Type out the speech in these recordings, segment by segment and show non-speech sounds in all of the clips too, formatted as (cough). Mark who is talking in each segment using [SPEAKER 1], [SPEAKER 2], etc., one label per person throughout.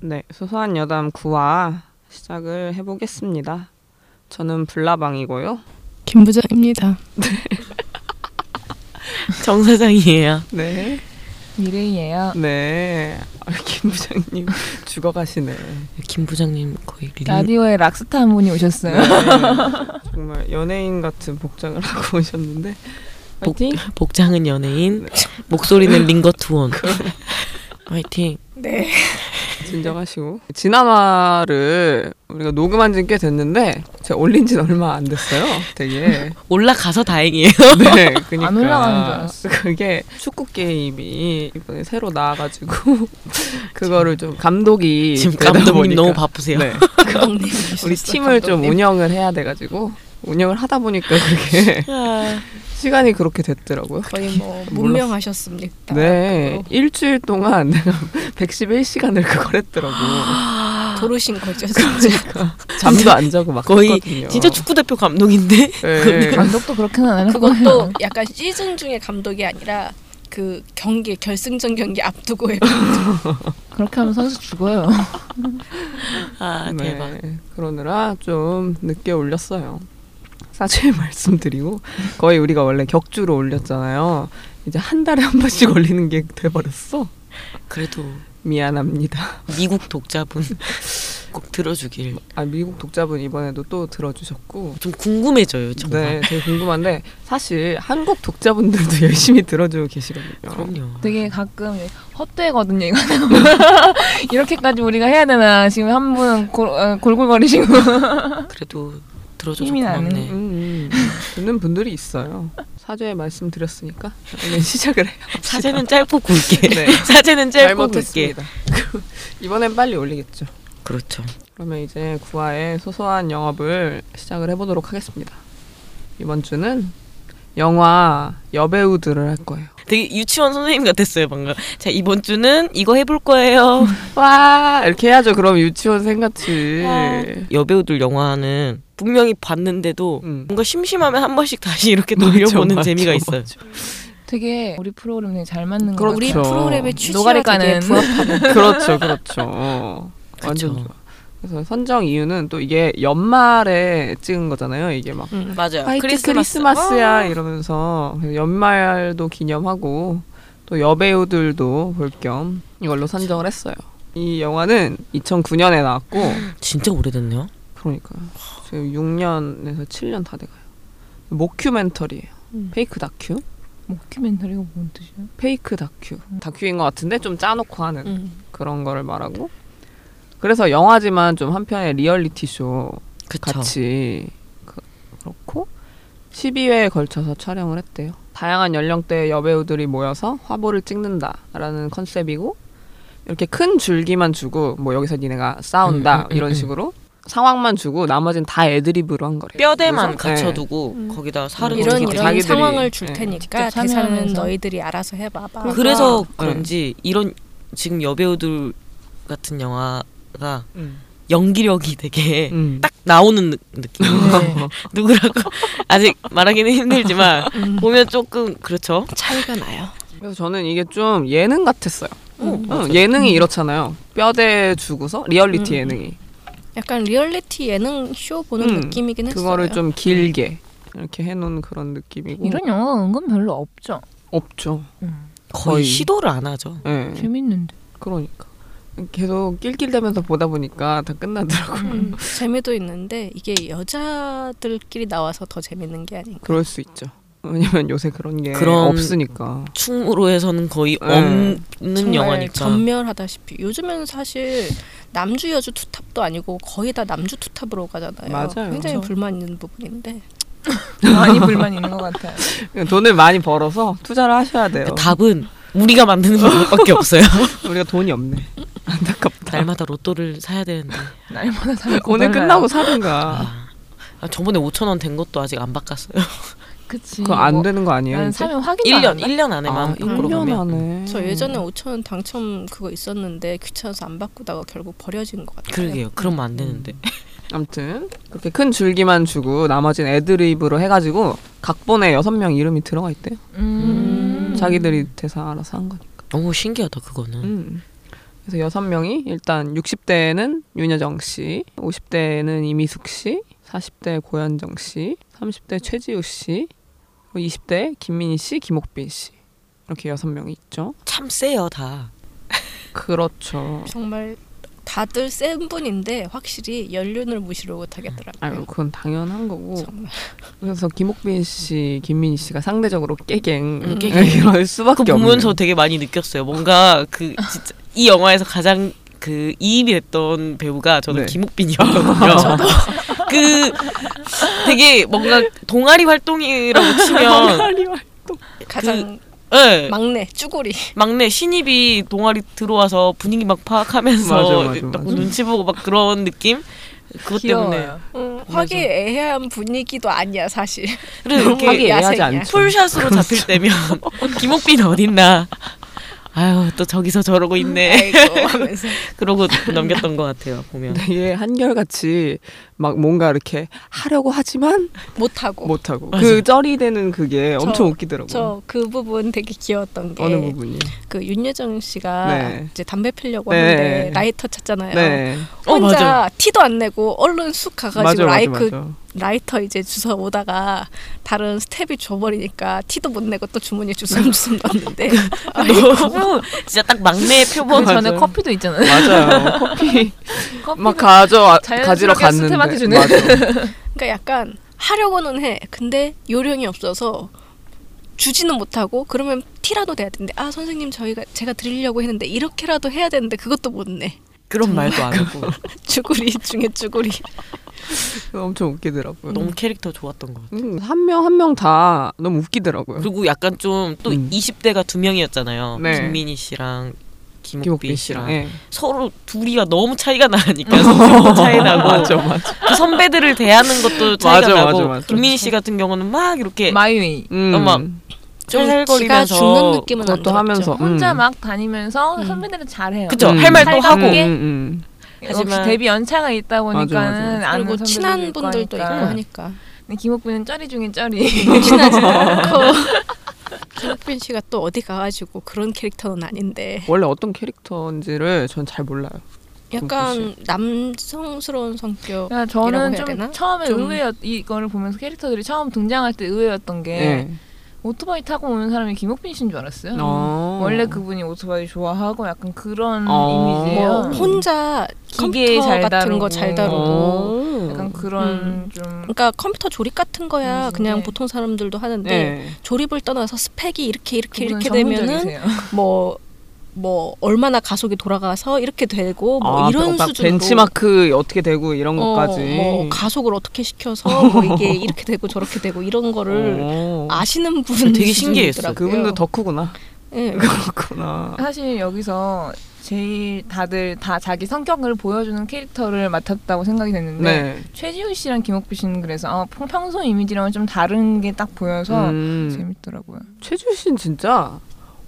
[SPEAKER 1] 네, 소소한 여담 9화 시작을 해보겠습니다. 저는 불나방이고요.
[SPEAKER 2] 김부장입니다.
[SPEAKER 3] 정 사장이에요.
[SPEAKER 1] 네.
[SPEAKER 4] 미래이에요.
[SPEAKER 1] 네. 아, 김 부장님 (laughs) 죽어가시네.
[SPEAKER 3] 김 부장님 거의 리...
[SPEAKER 4] 라디오에 락스타 한 분이 오셨어요.
[SPEAKER 1] 네. 정말 연예인 같은 복장을 (laughs) 하고 오셨는데
[SPEAKER 3] 복-
[SPEAKER 1] 화이팅!
[SPEAKER 3] 복장은
[SPEAKER 1] 네.
[SPEAKER 3] 연예인,
[SPEAKER 1] (laughs)
[SPEAKER 3] 목소리는 링거 투원. 화이팅.
[SPEAKER 2] 네.
[SPEAKER 1] 진정하시고 지난화를 우리가 녹음한 지는 꽤 됐는데 제가 올린 지는 얼마 안 됐어요. 되게
[SPEAKER 3] 올라가서 다행이에요.
[SPEAKER 1] 네, 그러니까
[SPEAKER 4] 안 올라가는 줄 알았어.
[SPEAKER 1] 그게 축구 게임이 이번에 새로 나와가지고 (laughs) 그거를 좀 감독이
[SPEAKER 3] 지금
[SPEAKER 1] 되다
[SPEAKER 3] 감독님
[SPEAKER 1] 예, 보니까-
[SPEAKER 3] 너무 바쁘세요.
[SPEAKER 1] 네,
[SPEAKER 2] 감독님.
[SPEAKER 1] 우리 팀을 좀 운영을 해야 돼가지고 운영을 하다 보니까 그게 (laughs)
[SPEAKER 3] 아,
[SPEAKER 1] 시간이 그렇게 됐더라고요.
[SPEAKER 2] 거의 뭐 문명하셨습니다.
[SPEAKER 1] 네, 일주일 동안 내가 (laughs) 111시간을 그걸 했더라고.
[SPEAKER 2] 도르신 거죠, 진짜.
[SPEAKER 1] 잠도 안 자고 막
[SPEAKER 3] 거의
[SPEAKER 1] 했거든요.
[SPEAKER 3] 진짜 축구 대표 감독인데
[SPEAKER 1] 네.
[SPEAKER 4] 감독도 그렇게는 안 하는
[SPEAKER 2] (laughs) 그것도 약간 시즌 중에 감독이 아니라 그 경기 결승전 경기 앞두고의
[SPEAKER 4] 그렇게 하면 선수 죽어요.
[SPEAKER 3] 아 대박
[SPEAKER 1] 네, 그러느라 좀 늦게 올렸어요. 사실 (laughs) 말씀드리고 거의 우리가 원래 격주로 올렸잖아요. 이제 한 달에 한 번씩 올리는 게 돼버렸어.
[SPEAKER 3] 그래도
[SPEAKER 1] 미안합니다.
[SPEAKER 3] 미국 독자분 꼭 들어주길
[SPEAKER 1] 아 미국 독자분 이번에도 또 들어주셨고.
[SPEAKER 3] 좀 궁금해져요
[SPEAKER 1] 네,
[SPEAKER 3] 정말
[SPEAKER 1] 되게 궁금한데 사실 한국 독자분들도 (laughs) 열심히 들어주고 계시거든요.
[SPEAKER 4] (laughs)
[SPEAKER 3] 그럼요
[SPEAKER 1] 네.
[SPEAKER 4] 되게 가끔 헛되거든요 이거 (laughs) 이렇게까지 우리가 해야 되나 지금 한 분은 골- 어, 골골거리시고 (laughs)
[SPEAKER 3] 그래도 들어줘서
[SPEAKER 4] 힘이 나네.
[SPEAKER 3] 고맙네
[SPEAKER 1] 음, 음. 듣는 분들이 있어요. 사죄의 말씀 드렸으니까 오늘 (laughs) 시작을 해요.
[SPEAKER 3] 사제는 짧고 굵게
[SPEAKER 1] 네.
[SPEAKER 3] (laughs) 사제는 짧고 굵게
[SPEAKER 1] 잘못했습니다. (laughs) 이번엔 빨리 올리겠죠.
[SPEAKER 3] 그렇죠
[SPEAKER 1] 그러면 이제 구화의 소소한 영업을 시작을 해보도록 하겠습니다. 이번 주는 영화 여배우들을 할 거예요.
[SPEAKER 3] 되게 유치원 선생님 같았어요 방금 자 이번 주는 이거 해볼 거예요
[SPEAKER 1] (laughs) 와 이렇게 해야죠. 그럼 유치원생 같이.
[SPEAKER 3] 와. 여배우들 영화는 분명히 봤는데도
[SPEAKER 1] 음.
[SPEAKER 3] 뭔가 심심하면 한 번씩 다시 이렇게
[SPEAKER 1] 맞아,
[SPEAKER 3] 돌려보는
[SPEAKER 1] 맞아,
[SPEAKER 3] 재미가
[SPEAKER 1] 맞아.
[SPEAKER 3] 있어요.
[SPEAKER 4] 되게 우리 프로그램 되게 잘 맞는 거
[SPEAKER 1] 그렇죠.
[SPEAKER 4] 같아요
[SPEAKER 2] 우리 프로그램의 취지와
[SPEAKER 4] 노가리
[SPEAKER 2] 되게
[SPEAKER 4] 까는 (laughs)
[SPEAKER 2] 부합하는
[SPEAKER 1] 그렇죠, 그렇죠. 어, 완전
[SPEAKER 3] 그쵸.
[SPEAKER 1] 좋아. 그래서 선정 이유는 또 이게 연말에 찍은 거잖아요. 이게 막
[SPEAKER 3] 음, 맞아요.
[SPEAKER 1] 화이트 크리스마스. 어. 아. 야 이러면서 그래서 연말도 기념하고 또 여배우들도 볼 겸 이걸로 선정을 했어요. 이 영화는 2009년에 (laughs) 나왔고
[SPEAKER 3] 어, 진짜 오래됐네요.
[SPEAKER 1] 그러니까요. 지금 6년에서 7년 다 돼가요. 모큐멘터리예요. 페이크 다큐?
[SPEAKER 4] 모큐멘터리가 뭔 뜻이야?
[SPEAKER 1] 페이크 다큐. 다큐인 것 같은데 좀 짜놓고 하는
[SPEAKER 2] 음.
[SPEAKER 1] 그런 거를 말하고 그래서 영화지만 좀 한편의 리얼리티 쇼
[SPEAKER 3] 그쵸.
[SPEAKER 1] 같이 그, 그렇고 12회에 걸쳐서 촬영을 했대요. 다양한 연령대의 여배우들이 모여서 화보를 찍는다라는 컨셉이고 이렇게 큰 줄기만 주고 뭐 여기서 니네가 싸운다
[SPEAKER 3] 음, 음, 음,
[SPEAKER 1] 이런
[SPEAKER 3] 음.
[SPEAKER 1] 식으로 상황만 주고 나머진 다 애드립으로 한 거래요.
[SPEAKER 3] 뼈대만
[SPEAKER 1] 그래서-
[SPEAKER 3] 갖춰두고
[SPEAKER 2] 네.
[SPEAKER 3] 거기다 살은
[SPEAKER 2] 이런
[SPEAKER 3] 어떻게
[SPEAKER 2] 이런
[SPEAKER 3] 자기-
[SPEAKER 1] 음. 자기들이,
[SPEAKER 2] 상황을 줄
[SPEAKER 1] 예,
[SPEAKER 2] 테니까
[SPEAKER 4] 직접
[SPEAKER 2] 대사는
[SPEAKER 4] 참여하면서.
[SPEAKER 2] 너희들이 알아서 해봐봐.
[SPEAKER 1] 그러니까.
[SPEAKER 3] 그래서
[SPEAKER 1] 네.
[SPEAKER 3] 그런지 이런 지금 여배우들 같은 영화가
[SPEAKER 1] 네. 음.
[SPEAKER 3] 연기력이 되게
[SPEAKER 1] 음.
[SPEAKER 3] 딱 나오는 느- 느낌.
[SPEAKER 4] 네.
[SPEAKER 3] (laughs) 누구라고 아직 말하기는 힘들지만
[SPEAKER 2] 음.
[SPEAKER 3] 보면 조금 그렇죠.
[SPEAKER 2] 차이가 나요.
[SPEAKER 1] 그래서 저는 이게 좀 예능 같았어요.
[SPEAKER 2] 음.
[SPEAKER 1] 응, 예능이 이렇잖아요. 뼈대 주고서 리얼리티
[SPEAKER 3] 음, 음.
[SPEAKER 1] 예능이
[SPEAKER 2] 약간 리얼리티 예능 쇼 보는
[SPEAKER 1] 음,
[SPEAKER 2] 느낌이긴 했어요.
[SPEAKER 1] 그거를 좀 길게
[SPEAKER 3] 음.
[SPEAKER 1] 이렇게 해놓은 그런 느낌이고
[SPEAKER 4] 이런 영화가 은근 별로 없죠
[SPEAKER 1] 없죠.
[SPEAKER 4] 음,
[SPEAKER 3] 거의
[SPEAKER 1] 거의.
[SPEAKER 3] 시도를 안 하죠.
[SPEAKER 1] 예.
[SPEAKER 4] 재밌는데
[SPEAKER 1] 그러니까 계속 낄낄대면서 보다 보니까 다 끝나더라고요.
[SPEAKER 2] 음, 재미도 있는데 이게 여자들끼리 나와서 더 재밌는 게 아닌가.
[SPEAKER 1] 그럴 수 있죠. 왜냐면 요새 그런 게
[SPEAKER 3] 그럼-
[SPEAKER 1] 없으니까.
[SPEAKER 3] 춤으로 해서는 거의
[SPEAKER 1] 네.
[SPEAKER 3] 없는
[SPEAKER 2] 정말
[SPEAKER 3] 영화니까.
[SPEAKER 2] 전멸하다시피 요즘에는 사실 남주 여주 투탑도 아니고 거의 다 남주 투탑으로 가잖아요.
[SPEAKER 1] 맞아요.
[SPEAKER 2] 굉장히
[SPEAKER 1] 그렇죠.
[SPEAKER 2] 불만 있는 부분인데
[SPEAKER 4] 많이 불만 있는 것 같아요
[SPEAKER 1] 돈을 많이 벌어서 투자를 하셔야 돼요.
[SPEAKER 3] 그러니까 답은 우리가
[SPEAKER 1] (laughs)
[SPEAKER 3] 만드는 것밖에 없어요.
[SPEAKER 1] 우리가 돈이 없네. 안타깝다.
[SPEAKER 3] 날마다 로또를 사야 되는데.
[SPEAKER 4] 날마다 다
[SPEAKER 1] 오늘
[SPEAKER 4] 고달라요.
[SPEAKER 1] 끝나고 사든가.
[SPEAKER 3] 아, 아, 저번에 5천 원 된 것도 아직
[SPEAKER 1] (laughs)
[SPEAKER 3] 안 바꿨어요.
[SPEAKER 4] 그치
[SPEAKER 1] 그거 안
[SPEAKER 4] 뭐,
[SPEAKER 1] 되는 거 아니에요?
[SPEAKER 4] 난
[SPEAKER 1] 이제?
[SPEAKER 4] 사면 확인
[SPEAKER 3] 1년
[SPEAKER 4] 안한다
[SPEAKER 3] 1년 안에만
[SPEAKER 1] 아,
[SPEAKER 3] 바꾸러
[SPEAKER 1] 1년
[SPEAKER 3] 가면.
[SPEAKER 1] 안에.
[SPEAKER 2] 저 예전에 5천 원 당첨 그거 있었는데 귀찮아서 안 바꾸다가 결국 버려진 것 같아요.
[SPEAKER 3] 그러게요. 그러면 안 되는데.
[SPEAKER 1] 음. 아무튼 그렇게 큰 줄기만 주고 나머지는 애드립으로 해가지고 각본에 여섯 명 이름이 들어가 있대요.
[SPEAKER 4] 음.
[SPEAKER 1] 자기들이 대사 알아서 한 거니까.
[SPEAKER 3] 너무 신기하다 그거는.
[SPEAKER 1] 음. 그래서 여섯 명이 일단 60대에는 윤여정 씨, 50대에는 이미숙 씨, 40대 고현정 씨, 30대 최지우 씨, 20대 김민희 씨, 김옥빈 씨 이렇게 여섯 명이 있죠.
[SPEAKER 3] 참 세요 다.
[SPEAKER 1] 그렇죠.
[SPEAKER 2] 정말 다들 센 분인데 확실히 연륜을 무시를 못하겠더라고요.
[SPEAKER 1] 아유 그건 당연한 거고
[SPEAKER 2] 정말.
[SPEAKER 1] 그래서 김옥빈 씨, 김민희 씨가 상대적으로 깨갱
[SPEAKER 3] 음, 깨갱.
[SPEAKER 1] 이럴
[SPEAKER 3] 그
[SPEAKER 1] 수밖에 없는.
[SPEAKER 3] 보면서 되게 많이 느꼈어요. 뭔가 그 진짜 이 영화에서 가장 그 이입이 됐던 배우가 저는
[SPEAKER 1] 네.
[SPEAKER 3] 김옥빈이었거든요. (laughs) 그 되게 뭔가 동아리 활동이라고
[SPEAKER 1] (laughs)
[SPEAKER 3] 치면
[SPEAKER 2] 가장
[SPEAKER 3] 예,
[SPEAKER 2] 막내 쭈구리.
[SPEAKER 3] 막내 신입이 동아리 들어와서 분위기 막 파악하면서
[SPEAKER 1] 맞아, 맞아, 맞아.
[SPEAKER 3] 딱 눈치 보고 막 그런 느낌 그것 때문에
[SPEAKER 4] 귀여워요.
[SPEAKER 2] 음, 화기애애한 분위기도 아니야
[SPEAKER 3] (laughs)
[SPEAKER 2] 사실.
[SPEAKER 3] 그래서
[SPEAKER 2] 너무
[SPEAKER 3] 이렇게
[SPEAKER 1] 하기 애하지
[SPEAKER 2] 야생이야.
[SPEAKER 1] 않죠.
[SPEAKER 3] 풀샷으로
[SPEAKER 1] 그렇죠.
[SPEAKER 3] 잡힐 때면 (laughs) 김옥빈 어딨나 아유 또 저기서 저러고 있네
[SPEAKER 2] 아이고 하면서.
[SPEAKER 3] 그러고 넘겼던 것 같아요 보면
[SPEAKER 1] 되게 한결같이 막 뭔가 이렇게 하려고 하지만
[SPEAKER 2] 못하고.
[SPEAKER 3] 뭐,
[SPEAKER 1] 못하고
[SPEAKER 3] 맞아.
[SPEAKER 1] 그 쩔이 되는 그게
[SPEAKER 2] 저-
[SPEAKER 1] 엄청
[SPEAKER 3] 뭐.
[SPEAKER 1] 웃기더라고요.
[SPEAKER 2] 저 그 부분 되게 귀여웠던 게
[SPEAKER 1] 어느 부분이?
[SPEAKER 2] 그 윤여정 씨가
[SPEAKER 1] 네.
[SPEAKER 2] 이제 담배 피려고
[SPEAKER 1] 네.
[SPEAKER 2] 하는데 라이터 찾잖아요.
[SPEAKER 1] 네,
[SPEAKER 3] 어,
[SPEAKER 2] 혼자
[SPEAKER 3] 맞아.
[SPEAKER 2] 티도 안 내고 얼른 쑥
[SPEAKER 1] 맞아,
[SPEAKER 2] 가가지고
[SPEAKER 1] 맞아,
[SPEAKER 2] 라이크
[SPEAKER 1] 맞아.
[SPEAKER 2] 라이터 이제 주워 오다가 다른 스텝이 줘버리니까 티도 못 내고 또 주머니에 주섬주섬
[SPEAKER 1] (laughs)
[SPEAKER 2] 넣었는데
[SPEAKER 3] 아, 너무 진짜 딱 막내
[SPEAKER 4] 그
[SPEAKER 3] 표본
[SPEAKER 4] 전에
[SPEAKER 1] 맞아요.
[SPEAKER 4] 커피도 있잖아요.
[SPEAKER 1] 맞아요. 커피
[SPEAKER 4] 커피
[SPEAKER 1] 막 가져 아,
[SPEAKER 4] 자연스럽게
[SPEAKER 1] 가지러 갔는데
[SPEAKER 4] 스텝한테 주는.
[SPEAKER 1] 맞아.
[SPEAKER 2] 그러니까 약간 하려고는 해. 근데 요령이 없어서 주지는 못하고 그러면 티라도 돼야 되는데 아 선생님 저희가 제가 드리려고 했는데 이렇게라도 해야 되는데 그것도 못 내. (laughs)
[SPEAKER 3] 그런 말도 안 하고
[SPEAKER 2] 쭈구리 중에 쭈구리.
[SPEAKER 1] 엄청 웃기더라고요. 음,
[SPEAKER 3] 너무 캐릭터 좋았던 것 같아요
[SPEAKER 1] 한 명 한 명 다 너무 웃기더라고요.
[SPEAKER 3] 그리고 약간 좀 또
[SPEAKER 1] 음.
[SPEAKER 3] 20대가 두 명이었잖아요
[SPEAKER 1] 네.
[SPEAKER 3] 김민희 씨랑 김옥빈,
[SPEAKER 1] 김옥빈
[SPEAKER 3] 씨랑
[SPEAKER 1] 씨랑 예.
[SPEAKER 3] 서로 둘이가 너무 차이가 나니까 성격도 차이
[SPEAKER 1] (laughs)
[SPEAKER 3] 나고
[SPEAKER 1] 맞아, 맞아.
[SPEAKER 3] 그 선배들을 대하는 것도 차이가
[SPEAKER 1] 맞아, 맞아,
[SPEAKER 3] 나고
[SPEAKER 1] 맞아.
[SPEAKER 3] 김민희 씨 같은 경우는 막 이렇게
[SPEAKER 4] 마이웨이.
[SPEAKER 1] 음,
[SPEAKER 3] 아마
[SPEAKER 2] 좀 기가
[SPEAKER 3] 쩔쩔거리면서
[SPEAKER 2] 죽는 느낌은 안
[SPEAKER 1] 그것도
[SPEAKER 2] 들었죠.
[SPEAKER 1] 하면서
[SPEAKER 4] 혼자
[SPEAKER 1] 음.
[SPEAKER 4] 막 다니면서
[SPEAKER 2] 음.
[SPEAKER 4] 선배들은 잘해요.
[SPEAKER 3] 그죠
[SPEAKER 1] 음.
[SPEAKER 3] 할 말도
[SPEAKER 4] 살갑게.
[SPEAKER 3] 하고
[SPEAKER 1] 음, 음,
[SPEAKER 4] 역시
[SPEAKER 3] 하지만-
[SPEAKER 4] 데뷔 연차가 있다
[SPEAKER 1] 맞아, 맞아.
[SPEAKER 4] 보니까는 아는
[SPEAKER 2] 그리고
[SPEAKER 4] 선배들도
[SPEAKER 2] 친한
[SPEAKER 4] 있고
[SPEAKER 2] 분들도 있고
[SPEAKER 4] 하니까.
[SPEAKER 2] 하니까
[SPEAKER 4] 근데 김옥빈은 쩌리 중에 쩌리. (laughs)
[SPEAKER 2] 친하지 않고 어. 그 김옥빈 씨가 또 어디 가가지고 그런 캐릭터는 아닌데
[SPEAKER 1] 원래 어떤 캐릭터인지를 전 잘 몰라요.
[SPEAKER 2] 약간 남성스러운 성격
[SPEAKER 4] 그러니까
[SPEAKER 2] 이라고
[SPEAKER 4] 저는
[SPEAKER 2] 해야 되나?
[SPEAKER 4] 좀 처음에
[SPEAKER 2] 좀-
[SPEAKER 4] 의외였 이거를 보면서 캐릭터들이 처음 등장할 때 의외였던 게
[SPEAKER 1] 예.
[SPEAKER 4] 오토바이 타고 오는 사람이 김옥빈 씨인 줄 알았어요.
[SPEAKER 1] 어.
[SPEAKER 4] 음. 원래 그분이 오토바이 좋아하고 약간 그런
[SPEAKER 1] 어.
[SPEAKER 4] 이미지예요.
[SPEAKER 2] 뭐 혼자
[SPEAKER 4] 음. 기계
[SPEAKER 2] 컴퓨터
[SPEAKER 4] 잘
[SPEAKER 2] 같은
[SPEAKER 4] 다루고.
[SPEAKER 2] 거 잘 다루고
[SPEAKER 1] 어.
[SPEAKER 4] 약간 그런
[SPEAKER 2] 음.
[SPEAKER 4] 좀
[SPEAKER 2] 그러니까 컴퓨터 조립 같은 거야
[SPEAKER 4] 음,
[SPEAKER 2] 그냥
[SPEAKER 4] 네.
[SPEAKER 2] 보통 사람들도 하는데
[SPEAKER 1] 예.
[SPEAKER 2] 조립을 떠나서 스펙이 이렇게 이렇게
[SPEAKER 4] 그분은
[SPEAKER 2] 이렇게 되면은
[SPEAKER 4] 전문적이세요.
[SPEAKER 2] 뭐 뭐 얼마나 가속이 돌아가서 이렇게 되고 뭐
[SPEAKER 1] 아,
[SPEAKER 2] 이런
[SPEAKER 1] 그 막
[SPEAKER 2] 수준으로
[SPEAKER 1] 벤치마크 어떻게 되고 이런
[SPEAKER 2] 어,
[SPEAKER 1] 것까지
[SPEAKER 2] 뭐 가속을 어떻게 시켜서
[SPEAKER 1] (laughs)
[SPEAKER 2] 뭐 이게 이렇게 되고 저렇게 되고 이런 거를
[SPEAKER 1] 어. 아,
[SPEAKER 2] 아시는 분
[SPEAKER 3] 되게 신기했어요.
[SPEAKER 1] 그분도 덕후구나 (laughs)
[SPEAKER 2] 예.
[SPEAKER 1] 그렇구나
[SPEAKER 4] 사실 여기서 제일 다들 다 자기 성격을 보여주는 캐릭터를 맡았다고 생각이 됐는데
[SPEAKER 1] 네
[SPEAKER 4] 최지우 씨랑 김옥빈 씨는 그래서 아, 평- 평소 이미지랑은 좀 다른 게 딱 보여서
[SPEAKER 1] 음.
[SPEAKER 4] 재밌더라고요.
[SPEAKER 1] 최준 씨는 진짜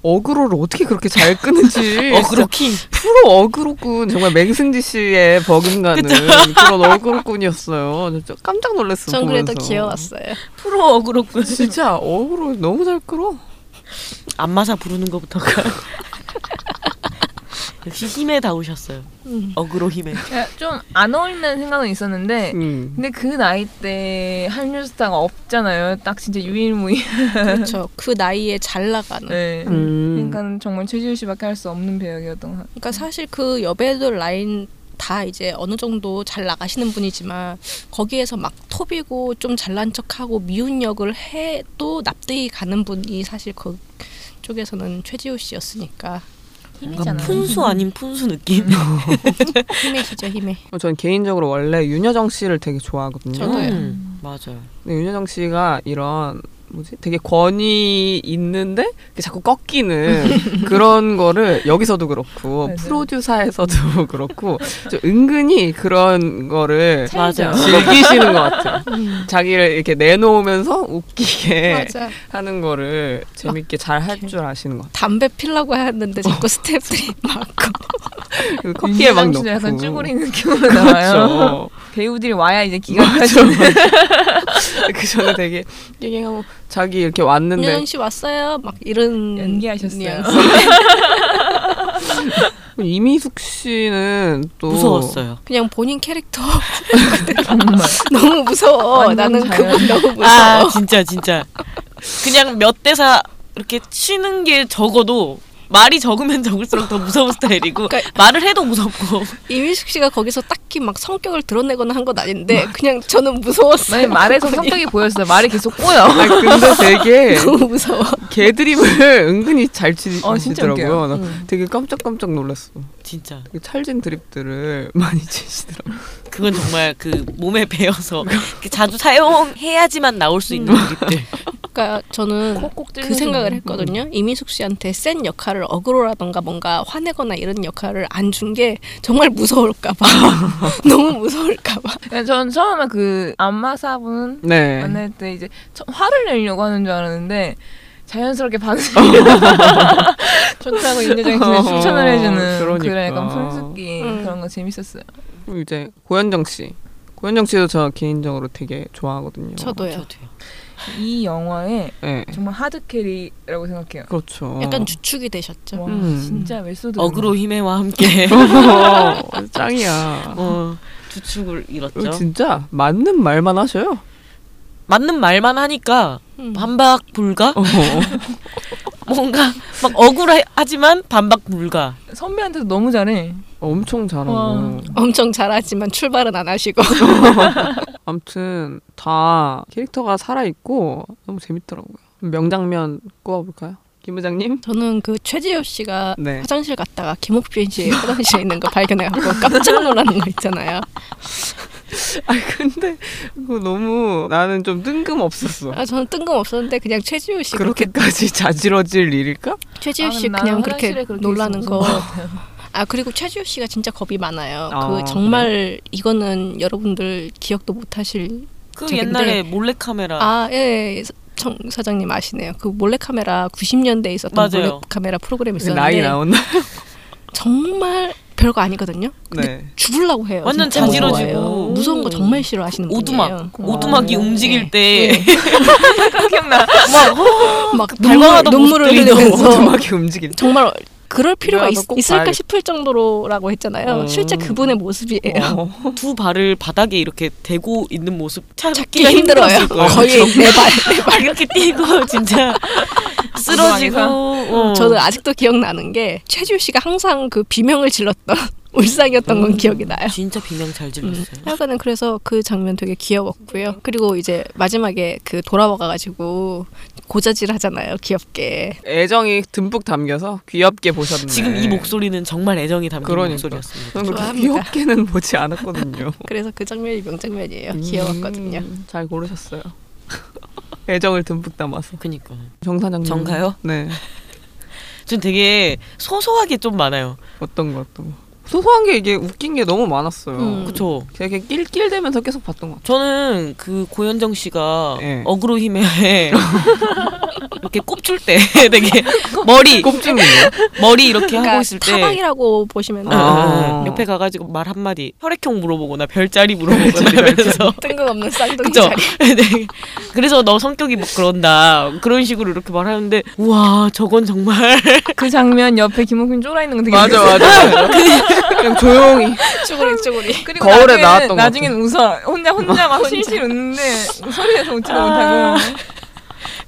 [SPEAKER 1] 어그로를 어떻게 그렇게 잘 (laughs) 끄는지
[SPEAKER 3] 어 그렇긴
[SPEAKER 1] 프로 어그로꾼 정말 맹승지 씨의 버금가는 (laughs) 그런 어그로꾼이었어요 진짜 깜짝 놀랐어요
[SPEAKER 2] 전 그래도
[SPEAKER 1] 보면서.
[SPEAKER 2] 귀여웠어요.
[SPEAKER 3] 프로 어그로군
[SPEAKER 1] 진짜 어그로 너무 잘 끌어
[SPEAKER 3] (laughs) 안마사 부르는 것부터가 역시 힘에 닿으셨어요
[SPEAKER 2] 음.
[SPEAKER 3] 어그로 힘에
[SPEAKER 4] 예, 좀 안 어울린다는 생각은 있었는데
[SPEAKER 1] 음.
[SPEAKER 4] 근데 그 나이 때 한류 스타가 없잖아요. 딱 진짜 유일무이한.
[SPEAKER 2] 그렇죠. 그 나이에 잘 나가는.
[SPEAKER 4] 네.
[SPEAKER 1] 음.
[SPEAKER 4] 그러니까 정말 최지우 씨밖에 할 수 없는 배역이었던 것 같아요.
[SPEAKER 2] 그러니까 사실 그 여배우들 라인 다 이제 어느 정도 잘 나가시는 분이지만 거기에서 막 톱이고 좀 잘난 척하고 미운 역을 해도 납득이 가는 분이 사실 그 쪽에서는 최지호 씨였으니까
[SPEAKER 3] 뭔가
[SPEAKER 1] 그러니까
[SPEAKER 4] 힘이잖아요.
[SPEAKER 3] 푼수 아닌 푼수 느낌
[SPEAKER 2] 힘에 기죠 힘에
[SPEAKER 1] 전 개인적으로 원래 윤여정 씨를 되게 좋아하거든요
[SPEAKER 2] 저도요.
[SPEAKER 3] 음, 맞아요
[SPEAKER 1] 근데 윤여정 씨가 이런 뭐지 되게 권위 있는데 이렇게 자꾸
[SPEAKER 4] (laughs)
[SPEAKER 1] 꺾이는 그런 거를 여기서도 그렇고
[SPEAKER 4] 맞아요.
[SPEAKER 1] 프로듀사에서도 (laughs) 그렇고 좀 은근히 그런 거를
[SPEAKER 3] 맞아요
[SPEAKER 1] 즐기시는 것 같아요.
[SPEAKER 4] 음.
[SPEAKER 1] 자기를 이렇게 내놓으면서 웃기게
[SPEAKER 2] 맞아
[SPEAKER 1] 하는 거를 재밌게 잘 할 줄 아시는 것 같아요.
[SPEAKER 4] 어. (laughs)
[SPEAKER 2] 담배 피려고 했는데 자꾸 스태프들이 막고
[SPEAKER 1] 그 커피에 막 넣고
[SPEAKER 4] 진짜 약간 쭈그리는 느낌으로 나와요.
[SPEAKER 1] 그렇죠.
[SPEAKER 4] 배우들이 와야
[SPEAKER 1] (laughs)
[SPEAKER 4] 이제 기가 막히는
[SPEAKER 1] 그 전에 되게 얘기하고 자기 이렇게 왔는데
[SPEAKER 2] 윤여정 씨 왔어요. 막 이런
[SPEAKER 4] 연기하셨어요.
[SPEAKER 2] 뉘앙스. 네.
[SPEAKER 1] 이미숙 씨는 또
[SPEAKER 3] 무서웠어요.
[SPEAKER 2] 그냥 본인 캐릭터 (laughs)
[SPEAKER 4] 정말.
[SPEAKER 2] 너무 무서워.
[SPEAKER 4] (laughs) 완전
[SPEAKER 2] 나는
[SPEAKER 4] 자연.
[SPEAKER 2] 그분 너무 무서워.
[SPEAKER 3] 아 (laughs) 진짜 진짜 그냥 몇 대사 이렇게 치는 게 적어도 말이 적으면 적을수록 더 무서운 스타일이고
[SPEAKER 2] 그러니까-
[SPEAKER 3] 말을 해도 무섭고
[SPEAKER 2] 이민숙 씨가 거기서 딱히 막 성격을 드러내거나 한 건 아닌데 그냥 저는
[SPEAKER 4] (laughs)
[SPEAKER 2] 무서웠어요.
[SPEAKER 4] 만약 말에서
[SPEAKER 2] 그분이.
[SPEAKER 4] 성격이 보였어요. 말이 계속 꼬여. (laughs)
[SPEAKER 1] 아 근데
[SPEAKER 4] 네.
[SPEAKER 1] 되게
[SPEAKER 2] (laughs) 너무 무서워.
[SPEAKER 1] 개드립을 은근히 잘 치-
[SPEAKER 4] 어, 진짜
[SPEAKER 1] 치시더라고요.
[SPEAKER 4] 웃겨요.
[SPEAKER 1] 나 되게 깜짝깜짝 놀랐어.
[SPEAKER 3] 진짜
[SPEAKER 1] 되게 찰진 드립들을 (laughs) 많이 치시더라고.
[SPEAKER 3] 그건 정말 그 몸에 배어서 이렇게 자주 사용해야지만 나올 수 있는
[SPEAKER 2] 음. (laughs)
[SPEAKER 3] 드립들.
[SPEAKER 2] 그러니까 저는
[SPEAKER 4] 콕콕
[SPEAKER 2] 그
[SPEAKER 4] 뭐.
[SPEAKER 2] 생각을 했거든요. 이민숙 씨한테 센 역할을 어그로라던가 뭔가 화내거나 이런 역할을 안 준 게 정말
[SPEAKER 4] (laughs)
[SPEAKER 2] 무서울까 봐. (laughs) 너무 무서울까 봐.
[SPEAKER 4] 네, 전 처음에 그 안마사분
[SPEAKER 1] 네.
[SPEAKER 4] 만날 때 이제 처- 화를 내려고 하는 줄 알았는데 자연스럽게 반응이 (laughs) 좋다고 윤여정이
[SPEAKER 1] 어,
[SPEAKER 4] 그냥 추천을 해주는 그런
[SPEAKER 1] 그러니까.
[SPEAKER 4] 약간 풍습기
[SPEAKER 2] 음.
[SPEAKER 4] 그런 거 재밌었어요.
[SPEAKER 1] 그리고 이제 고현정 씨. 고현정 씨도 저 개인적으로 되게 좋아하거든요.
[SPEAKER 2] 저도요.
[SPEAKER 3] 저도요.
[SPEAKER 4] 이 영화에
[SPEAKER 1] 네.
[SPEAKER 4] 정말 하드 캐리라고 생각해요.
[SPEAKER 1] 그렇죠. (laughs)
[SPEAKER 4] 어.
[SPEAKER 2] 약간 주축이 되셨죠.
[SPEAKER 4] 와
[SPEAKER 1] 음.
[SPEAKER 4] 진짜
[SPEAKER 2] 네.
[SPEAKER 4] 메소드
[SPEAKER 3] 어그로 힘에와 함께
[SPEAKER 1] 어, 짱이야.
[SPEAKER 3] (laughs) 어, 주축을
[SPEAKER 1] 어,
[SPEAKER 3] 잃었죠.
[SPEAKER 1] 진짜 맞는 말만 하셔요. (laughs)
[SPEAKER 3] 맞는 말만 하니까
[SPEAKER 2] 음.
[SPEAKER 3] 반박 불가.
[SPEAKER 1] 어.
[SPEAKER 3] 뭔가 막 억울하지만 반박 불가.
[SPEAKER 4] 선배한테도 너무 잘해. (laughs)
[SPEAKER 1] 엄청 잘하고.
[SPEAKER 4] 와.
[SPEAKER 2] 엄청 잘하지만 출발은 안 하시고.
[SPEAKER 1] 아무튼 다 캐릭터가 살아 있고 너무 재밌더라고요. 명장면 꼽아볼까요? 김 부장님? (laughs)
[SPEAKER 2] (laughs) 저는 그 최지엽 씨가
[SPEAKER 1] 네.
[SPEAKER 2] 화장실 갔다가 김옥빈 씨 화장실에 있는 거 발견해갖고 깜짝 놀라는 거 (laughs) 있잖아요.
[SPEAKER 1] 아 근데 그거 너무 나는 좀 뜬금없었어.
[SPEAKER 2] 아, 저는 뜬금없었는데 그냥 최지우 씨 그렇게 뭐
[SPEAKER 1] 그렇게까지 자지러질 일일까?
[SPEAKER 2] 최지우
[SPEAKER 4] 아,
[SPEAKER 2] 씨
[SPEAKER 4] 나는
[SPEAKER 2] 그냥 그렇게,
[SPEAKER 4] 화장실에 그렇게
[SPEAKER 2] 놀라는
[SPEAKER 4] 있으면
[SPEAKER 2] 거.
[SPEAKER 4] 무서울 것 같아요.
[SPEAKER 2] 아 그리고 최지우 씨가 진짜 겁이 많아요.
[SPEAKER 1] 아,
[SPEAKER 2] 그 정말 이거는 여러분들 기억도 못하실.
[SPEAKER 3] 그
[SPEAKER 2] 저기
[SPEAKER 3] 옛날에 몰래 카메라
[SPEAKER 2] 아 예. 예. 정 사장님 아시네요. 그 몰래카메라 90년대에 있었던
[SPEAKER 3] 맞아요.
[SPEAKER 2] 몰래카메라 프로그램이
[SPEAKER 1] 근데 나이
[SPEAKER 2] 있었는데 (laughs)
[SPEAKER 1] 나온다.
[SPEAKER 2] 정말 별거 아니거든요.
[SPEAKER 1] 네.
[SPEAKER 2] 죽으려고 해요.
[SPEAKER 3] 완전
[SPEAKER 2] 진짜
[SPEAKER 3] 자지러지고.
[SPEAKER 2] 무서워요. 무서운 거 정말 싫어하시는 분이에요.
[SPEAKER 3] 오두막 오두막이
[SPEAKER 4] 어,
[SPEAKER 3] 움직일
[SPEAKER 2] 예.
[SPEAKER 3] 때
[SPEAKER 4] 기억나.
[SPEAKER 2] (laughs) 막
[SPEAKER 3] 발광하던
[SPEAKER 2] 눈물, 을
[SPEAKER 3] 모습들이 너무
[SPEAKER 2] 흘리면서
[SPEAKER 1] 오두막이 움직이는.
[SPEAKER 2] (laughs) 정말 그럴 필요가
[SPEAKER 1] 내가
[SPEAKER 2] 있,
[SPEAKER 1] 너꼭
[SPEAKER 2] 있을까
[SPEAKER 1] 봐야겠다.
[SPEAKER 2] 싶을 정도로라고 했잖아요.
[SPEAKER 1] 음.
[SPEAKER 3] 어.
[SPEAKER 2] 실제 그분의 모습이에요. (laughs)
[SPEAKER 1] 어.
[SPEAKER 3] (laughs) 두 발을 바닥에 이렇게 대고 있는 모습
[SPEAKER 2] 찾기
[SPEAKER 3] 찾기가
[SPEAKER 2] 힘들어요.
[SPEAKER 3] 힘들었을 거예요.
[SPEAKER 2] 거의 내발 (laughs)
[SPEAKER 3] 막 이렇게 뛰고 진짜 쓰러지고 어.
[SPEAKER 2] 저는 아직도 기억나는 게 최지우 씨가 항상 그 비명을 질렀던 (laughs) 울상이었던
[SPEAKER 3] 음.
[SPEAKER 2] 건 기억이 나요.
[SPEAKER 3] 진짜 비명 잘
[SPEAKER 2] 음.
[SPEAKER 3] 질렀어요.
[SPEAKER 2] 하여간은 그래서 그 장면 되게 귀여웠고요. 그리고 이제 마지막에 그 돌아와가지고 고자질 하잖아요. 귀엽게.
[SPEAKER 1] 애정이 듬뿍 담겨서 귀엽게 보셨네.
[SPEAKER 3] 지금 이 목소리는 정말 애정이 담긴
[SPEAKER 1] 그러니까.
[SPEAKER 3] 목소리였습니다.
[SPEAKER 1] 저는 그렇게
[SPEAKER 2] 좋아합니다.
[SPEAKER 1] 귀엽게는 보지 않았거든요.
[SPEAKER 2] 그래서 그 장면이 명장면이에요. (laughs) 귀여웠거든요.
[SPEAKER 1] 음, 잘 고르셨어요. (laughs) 애정을 듬뿍 담아서.
[SPEAKER 3] 그니까
[SPEAKER 1] 정 사장님.
[SPEAKER 3] 정가요?
[SPEAKER 1] 네.
[SPEAKER 3] 전 되게 소소하게 좀 많아요.
[SPEAKER 1] 어떤 거 어떤 거. 소소한 게 이게 웃긴 게 너무 많았어요.
[SPEAKER 2] 음.
[SPEAKER 3] 그쵸?
[SPEAKER 1] 되게 낄낄대면서 계속 봤던 것 같아요.
[SPEAKER 3] 저는 그 고현정 씨가
[SPEAKER 1] 네.
[SPEAKER 3] 어그로 힘에 (laughs) 이렇게 꼽줄 때
[SPEAKER 2] (laughs)
[SPEAKER 3] 되게 머리
[SPEAKER 1] 꼽지는 거.
[SPEAKER 3] 머리 이렇게 하고
[SPEAKER 2] 그러니까
[SPEAKER 3] 있을 때 어.
[SPEAKER 2] 타방이라고 보시면
[SPEAKER 1] 아.
[SPEAKER 2] 어.
[SPEAKER 3] 응, 응, 응. 옆에 가가지고 말 한마디 혈액형 물어보거나 (laughs) 별자리 물어보거나
[SPEAKER 1] 별자리,
[SPEAKER 3] 하면서
[SPEAKER 2] 뜬금없는 쌍둥이
[SPEAKER 3] 그죠?
[SPEAKER 2] 자리. (laughs)
[SPEAKER 3] 네. 그래서 너 성격이 뭐 그런다 그런 식으로 이렇게 말하는데 우와 저건 정말 (laughs)
[SPEAKER 4] 그 장면 옆에 김홍균 쫄아 있는 거 되게
[SPEAKER 1] 맞아 맞아. 그냥 조용히.
[SPEAKER 2] 쭈구리 쭈구리.
[SPEAKER 4] 그리고
[SPEAKER 1] 거울에
[SPEAKER 4] 나중에는-
[SPEAKER 1] 나왔던 것 같아.
[SPEAKER 4] 나중엔 웃어 혼자 혼자 아. 막 실실 웃는데 소리에서 웃지도 못하고